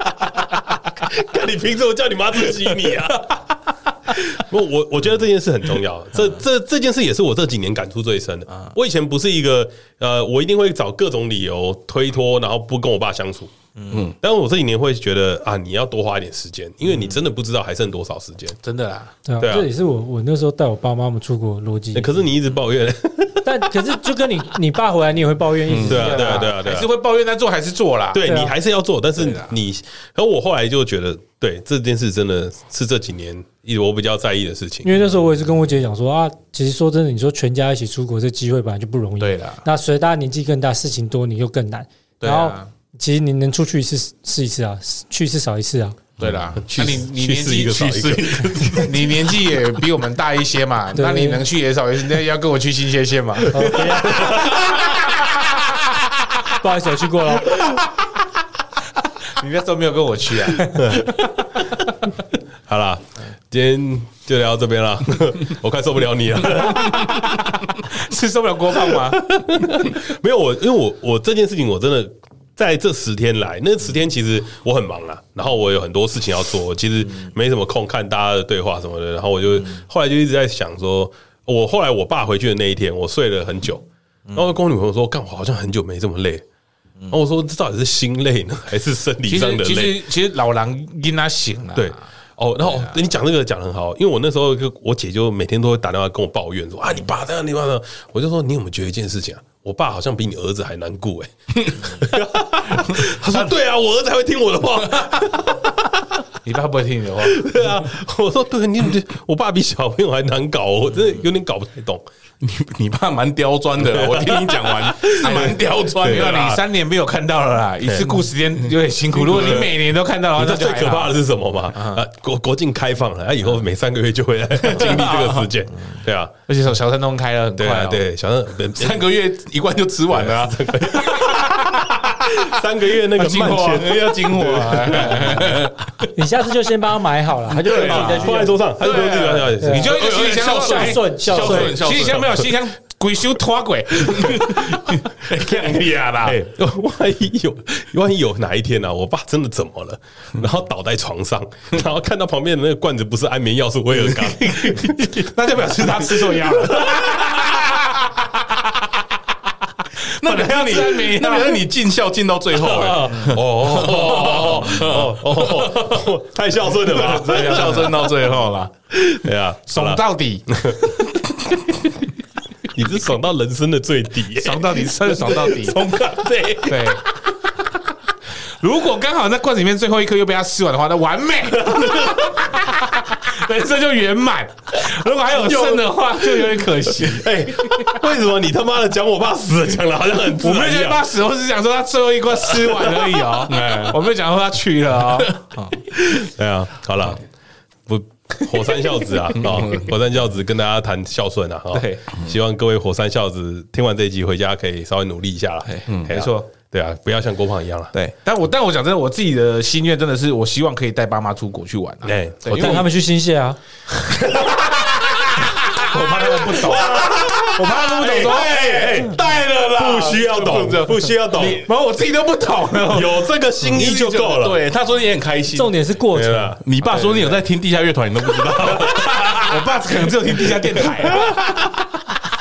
看你凭什么叫你妈珍惜你啊？不，我我觉得这件事很重要，这这这件事也是我这几年感触最深的。我以前不是一个呃，我一定会找各种理由推脱，然后不跟我爸相处。嗯，但我这几年会觉得啊，你要多花一点时间，因为你真的不知道还剩多少时间。
真的啦，
对啊，
对啊
这也是我我那时候带我爸妈们出国的逻辑
欸。可是你一直抱怨，
但可是就跟你你爸回来，你也会抱怨，一 直
对啊，对啊，对啊，对
还
啊
是，会抱怨，但做还是做啦。
对
对啊
你还是要做，但是
对啦
你，可我后来就觉得，对这件事真的是这几年一直我比较在意的事情
因。为那时候我也是跟我姐讲说啊，其实说真的，你说全家一起出国，这机会本来就不容易。
对啦，
那随着大家年纪更大，事情多，你又更难。
对
然后
啊，
其实你能出去一次是一次啊，去一次少一次啊。
对啦。
嗯
去
那你你
去
年
试一
纪
个，少一个，
你年纪也比我们大一些嘛，
对
那你能去也少，那要跟我去新鲜县嘛？
哦不要不好意思，我去过了。
你那时候没有跟我去啊？
好啦，今天就聊到这边了， 我快受不了你了。
是受不了郭胖 吗？
没有我，因为我我这件事情我真的在这十天来，那十天其实我很忙啊，然后我有很多事情要做，我其实没什么空看大家的对话什么的，然后我就后来就一直在想说，我后来我爸回去的那一天，我睡了很久，然后我跟我女朋友说，干，我好像很久没这么累。然后我说，这到底是心累呢，还是生理
其
上
实
的
其
累？
实其实老狼跟他醒了，
对。哦，然后、你讲这个讲得很好，因为我那时候就我姐就每天都会打电话跟我抱怨说啊，你爸这样，你爸这样，我就说你有没有觉得一件事情啊？我爸好像比你儿子还难过哎、他说对啊，我儿子还会听我的话。
你爸不会听你的话，
对啊，我说对，你你我爸比小朋友还难搞，我真的有点搞不太懂。
你你爸蛮刁钻的啦，我听你讲 完是蛮刁钻
没有
的
啦，
啦
你。三年没有看到了啦，一次顾十天有点啊辛苦。如果你每年都看到的话，
你知道
啊那就哎
最可怕
了。
的是什么吗？啊，国国境开放了，啊，以后每三个月就会来经历这个事件。对啊，
而且小小山东开了很快
对啊，
哦，
对，想让
三个月一罐就吃完了啊，
三个月那
要
个
进
慢
货
钱
啊，要进货啊，
你下次就先帮他买好了，他就自己再
放
去
在
用。
桌上，他就不用自己拿起 来
你就一个行李 箱哎
孝
顺孝顺
行李箱没有，行李箱鬼修拖 鬼，
干你啊啦！
哎， 万一有万一有哪一天呢、啊，我爸真的怎么了，然后倒在 床上，然后看到旁边的那个罐子不是安眠药，是威尔刚，
那就表示他吃错药了。本来要吃
那表
安眠
示你，
药
那表示你尽孝尽到最后 哎，
啊哦哦哦，太孝顺了吧， 太
孝顺到最后啦。
对啊，
爽到底，
你是爽到人生的最低、欸，
爽到底，真的爽到 底。
爽到对，
对，如果刚好那罐子里面最后一颗又被他吃完的话，那完 美，人生就圆满。如果还有剩的话，就有点可惜。
哎、为什么你他妈的讲我爸死了，讲的好像很自
我没
然
有
一
讲
样
他？死，我只是想说他最后一锅吃完而已哦。我没有讲说他去了哦。
对啊，好了，不火山孝子 啊，哦，火山孝子跟大家谈孝顺啊，哦
对，
希望各位火山孝子听完这一集回家可以稍微努力一下啦，嗯，
没错，
对啊，不要像郭胖一样了，
哎
对，但我但我讲真的，我自己的心愿真的是，我希望可以带爸妈出国去玩啊。
哎
对
我
因为
带他们去新泻啊，
我怕他们不 懂，我怕他们不懂说，
哎，带了啦，不需要懂，不需要懂，
然后我自己都不懂 了。
有这个心意就够了，
对，他说你也很开心。
重点是过
对
程。
了。
你爸说你有在听地下乐团，你都不知道。
我爸可能只有听地下电台、啊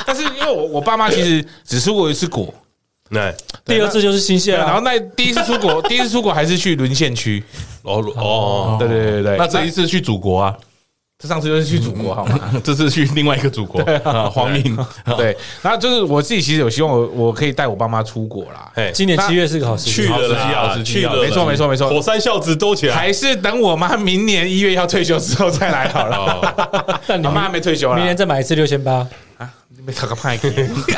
但是因为我我爸妈其实只出过一次国，
那
第二次就是新泻
对啊，然后
啊，
那第一次出国， 第一次出国还是去沦陷区，
哦哦，
对对对对
那
对，
这一次去祖国啊，
那上次就是去祖国好 吗？
这次去另外一个祖国啊，黄明。
对，然后就是我自己其实有希望我我可以带我爸妈出国啦，
哎，
今年七月是个好时
去
机。
了
好
啦，
时机
去
好时
了啦，
机
没错没错没错
火山孝子都起来，
还是等我妈明年一月要退休之后再来好了。
哦
那你
我妈还没啊退休啦，
明年再买一次六千八，
没找个派给。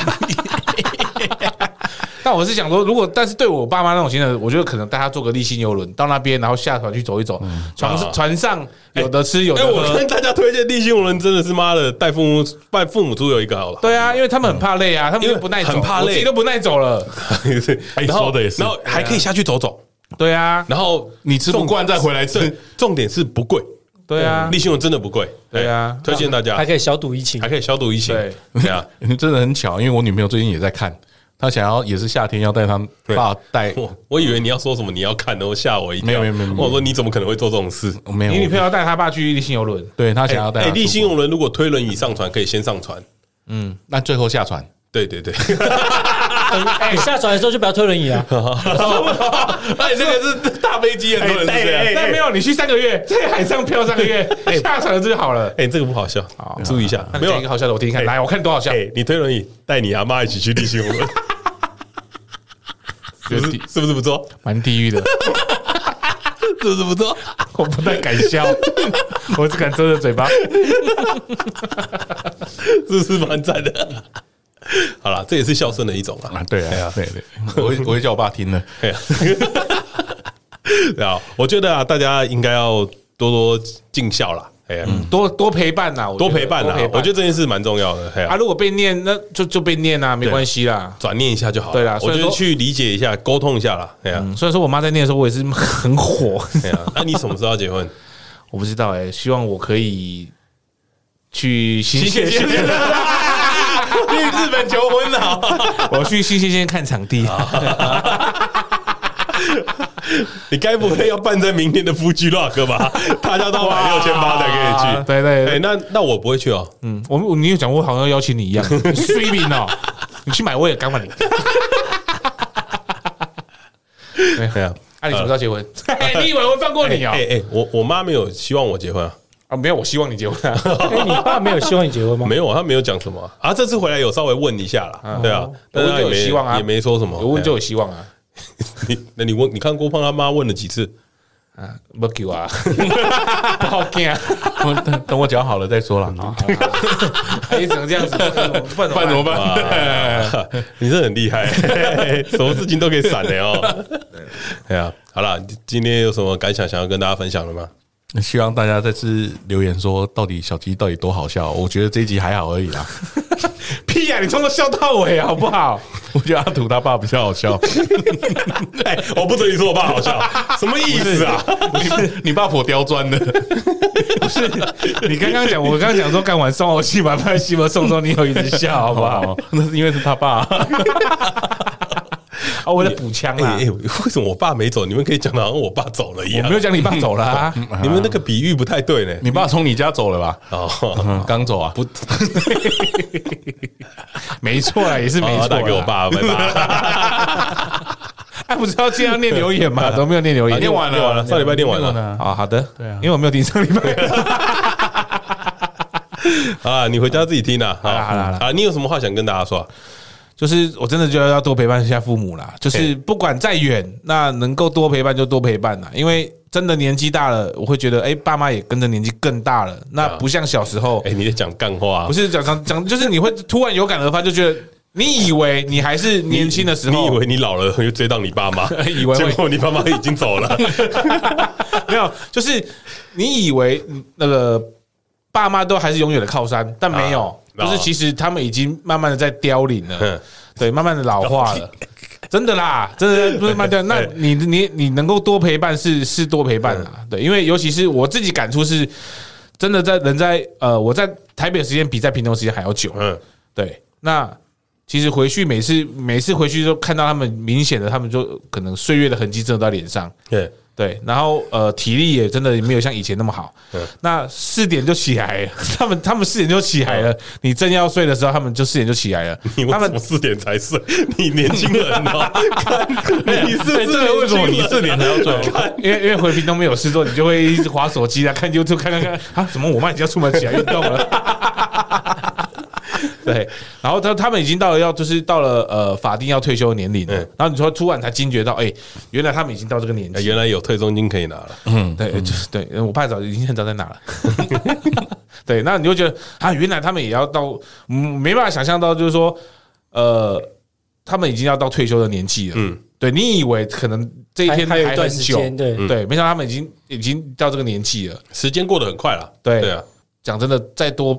但我是想说，如果但是对我爸妈那种行程，我觉得可能带他坐个立新游轮到那边，然后下船去走一走，船
啊
上船上有的吃有
哎、
的
我
喝
看。大家推荐立新人真的是妈的带父母带父母出游一个好了。
对啊，因为他们很怕累啊，他们又不耐走，
因为很怕
我
累
自己都不耐走了。
对，
哎
然后
说得也是
然后还可以下去走走，
对啊，
然后
你吃不惯再回来
对
吃，，
重点是不贵，
对啊
哎立，新人真的不贵，
对啊哎
哎推荐大家
还可以小赌 怡情
还。可以消毒疫情，
对
对啊，
真的很巧，因为我女朋友最近也在看，她想要也是夏天要带她爸带。
我我以为你要说什么你要看的，我吓我一跳，
没有没有没有没有
我说你怎么可能会做这种事？
没有，
你女朋友带他爸去立新游轮，
对她想要带
哎，
她
立
出
新
国，
用人如果推轮椅上船，可以先上船。
那最后下船。
对对 对，
你下船的时候就不要推轮椅 啊，
哎，这个是大飞机，很
多人是
哎
这样哎
那没有你去三个月，在海上漂三个月，下船了就好了。
哎，这个不好笑，注意一下
那，你
没
讲
有
一个好笑的，我听听看，
哎哎
来我看多好笑。
哎，你推轮椅带你阿妈一起去立新用 人，是不是是不是不错？
蛮地狱的。
是不是不错？
我不太敢 笑， 我只敢遮着嘴巴。
这是蛮赞的。好了，这也是孝顺的一种啊
啊，。对啊，对对，我会我会叫我爸 听的。
对啊， 对啊，我觉得啊，大家应该要多多尽孝啦。哎、哎呀，
多多陪嗯伴呐，我觉
多
得
陪伴啦，我觉得这件事蛮重要的。哎呀
啊，如果被念，那就就被念啊，没关系啦。
转念一下就好了。
对啦
我
所以
觉得
说嗯
去理解一下，沟通一下啦。哎呀，
虽然说我妈在念的时候，我也是很火，
哎呀，那你什么时候要结婚？
我不知道哎，希望我可以去新鲜
去
鲜，
日本求婚了，
我去新鲜鲜看场地。
你该不会要办在明天的夫妻 rock 吧？大家都买六千八才可以去。
对对
哎，
对，
那那我不会去哦。
嗯，我们你有讲过，好像邀请你一样，你水平哦，你去买我也干嘛你？对
哎呀，
啊，你什么时候结 婚？嘿哎你以为我会放过你哦？
哎哎，我我妈没有希望我结婚啊，
啊，没有，我希望你结婚啊。
哎，你爸没有希望你结婚吗？
没有啊，她没有讲什么啊啊。这次回来有稍微问一下啦，对啊，但
有
是
问就哦
她也
有
没
希望啊
也没说什么。
有问就有希望啊。
哎你，那你问你看郭胖他妈问了几 次？
不给啊， 不好听啊，
我等等我脚好了再说了啊。
你只能这样子， 不然
不然怎么？办？
啊你这很 厉害，什么事情都可以闪的哦。哎呀，好啦，今天有什么感想想要跟大家分享的吗？
希望大家再次留言说，到底小鸡到底多好笑？我觉得这一集还好而已 啦。
屁呀、你从头笑到尾好不好？
我觉得阿土他爸比较好笑，
哎，我不准你说我爸好笑，什么意思啊？
你你爸颇刁钻的。
你刚刚讲，我刚刚讲说干完送我去把拍西伯送送，你有一直笑好不 好？
那是因为是他 爸、
啊，我在补枪
哎
啊
哎，，为什么我爸没走？你们可以讲的好像我爸走了一
我
样
没有。讲你爸走了 啊，
你们那个比喻不太对呢。
你爸从你家走了 吧？
哦，
刚走啊？不，
没错啊，也是没错。
好打给我，爸，拜拜。
哎，不是要这样念留言 吗？都没有啊念留言，
念完
念完了
了，
上礼拜念完了
了。
啊，好的，对啊，因为我没有听上礼拜，
啊，你回家自己听啦。好
啦好啦好啦
啊，你有什么话想跟大家说啊？
就是我真的就要多陪伴一下父母啦。就是不管再远，那能够多陪伴就多陪伴啦，因为真的年纪大了，我会觉得，哎，爸妈也跟着年纪更大了，那不像小时候
哎，，你在讲干话啊
不？是讲讲讲，就是你会突然有感而发，就觉得你以为你还是年轻的时候，
你以为你老了会追到你爸妈，
以为会
结果你爸妈已经走 了。
没有，就是你以为嗯那个爸妈都还是永远的靠山，但没有，
啊
就是其实他们已经慢慢的在凋零
嗯
了，对，慢慢的老化了。真的啦，真 的不是慢掉。那你你你能够多陪伴是是多陪伴
嗯
啦，对，因为尤其是我自己感触是，真的在人在呃我在台北的时间比在屏东时间还要久，
嗯，
对，那其实回去每次每次回去都看到他们明显的，他们就可能岁月的痕迹真的在脸上。
对。
对，然后呃，体力也真的没有像以前那么好
嗯。
那四点就起来了， 他们他们四点就起来了。你正要睡的时候，他们就四点就起来了
你。为
他
什
们
么四点才睡？ 你年轻人 哦，看你是
哎对
不是
为什么你四
点才要 睡？
因为因为回屏东没有事做，你就会一直划手机啊，看 YouTube，看看看啊，怎么我妈已经要出门起来运动了？ 对，然后他他们已经到了要就是到了呃法定要退休的年龄了，
嗯
然后你说突然才惊觉到，哎、原来他们已经到这个年纪
哎，原来有退中金可以拿了，
对，
嗯
就是对，我爸早已经很早在哪了。 对，那你就觉得啊，原来他们也要到，嗯，没办法想象到，就是说，呃，他们已经要到退休的年纪了。
嗯
嗯，对你以为可能这一
还
天
还有一
很
段时
久，
间，
嗯
对，
对，没想到他们已经已经到这个年纪了。
时间过得很快了。
对
对啊，
讲真的，再多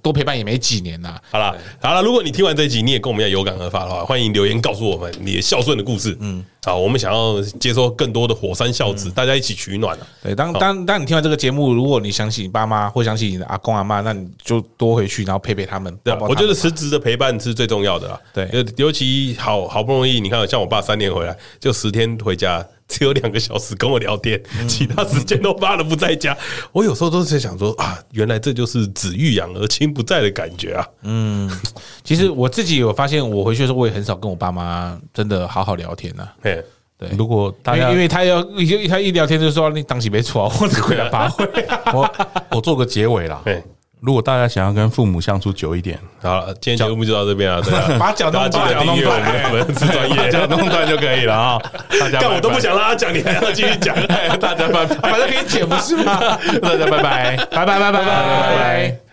多陪伴也没几年呐、
好啦，好啦，如果你听完这一集，你也跟我们一样有感而发的话，欢迎留言告诉我们你的孝顺的故事。嗯，好，我们想要接收更多的火山孝
嗯
子，大家一起取暖啊。
对，当当当你听完这个节目，如果你想起你爸妈或想起你的阿公阿妈，那你就多回去，然后陪陪他们。
对啊，
抱抱
我
他
觉得
们
实质的陪伴是最重要的啦。
对
尤尤其好好不容易，你看像我爸三年回来，就十天回家，只有两个小时跟我聊天，
嗯
其他时间都妈的不在家。我有时候都是在想说啊，原来这就是子欲养而亲不在的感觉啊。
嗯其实我自己有发现，我回去的时候我也很少跟我爸妈真的好好聊天呐、
哎，
对，
如果大
因
家
为因为他要一他一聊天就说你当时没错，我只回来 八会。
我我做个结尾啦。
哎，
如果大家想要跟父母相处久 一点，
好了，今天节目就到这边啊，对啊，
把脚
大
弄断
家记得订阅我们粉丝 专业，
就弄断就可以了啊。大家
但我都不
拜
想让他讲，你还要继 续讲，
拜，大家拜拜，
反正可以剪不是吗？
大家拜拜。
拜拜拜拜拜拜拜拜。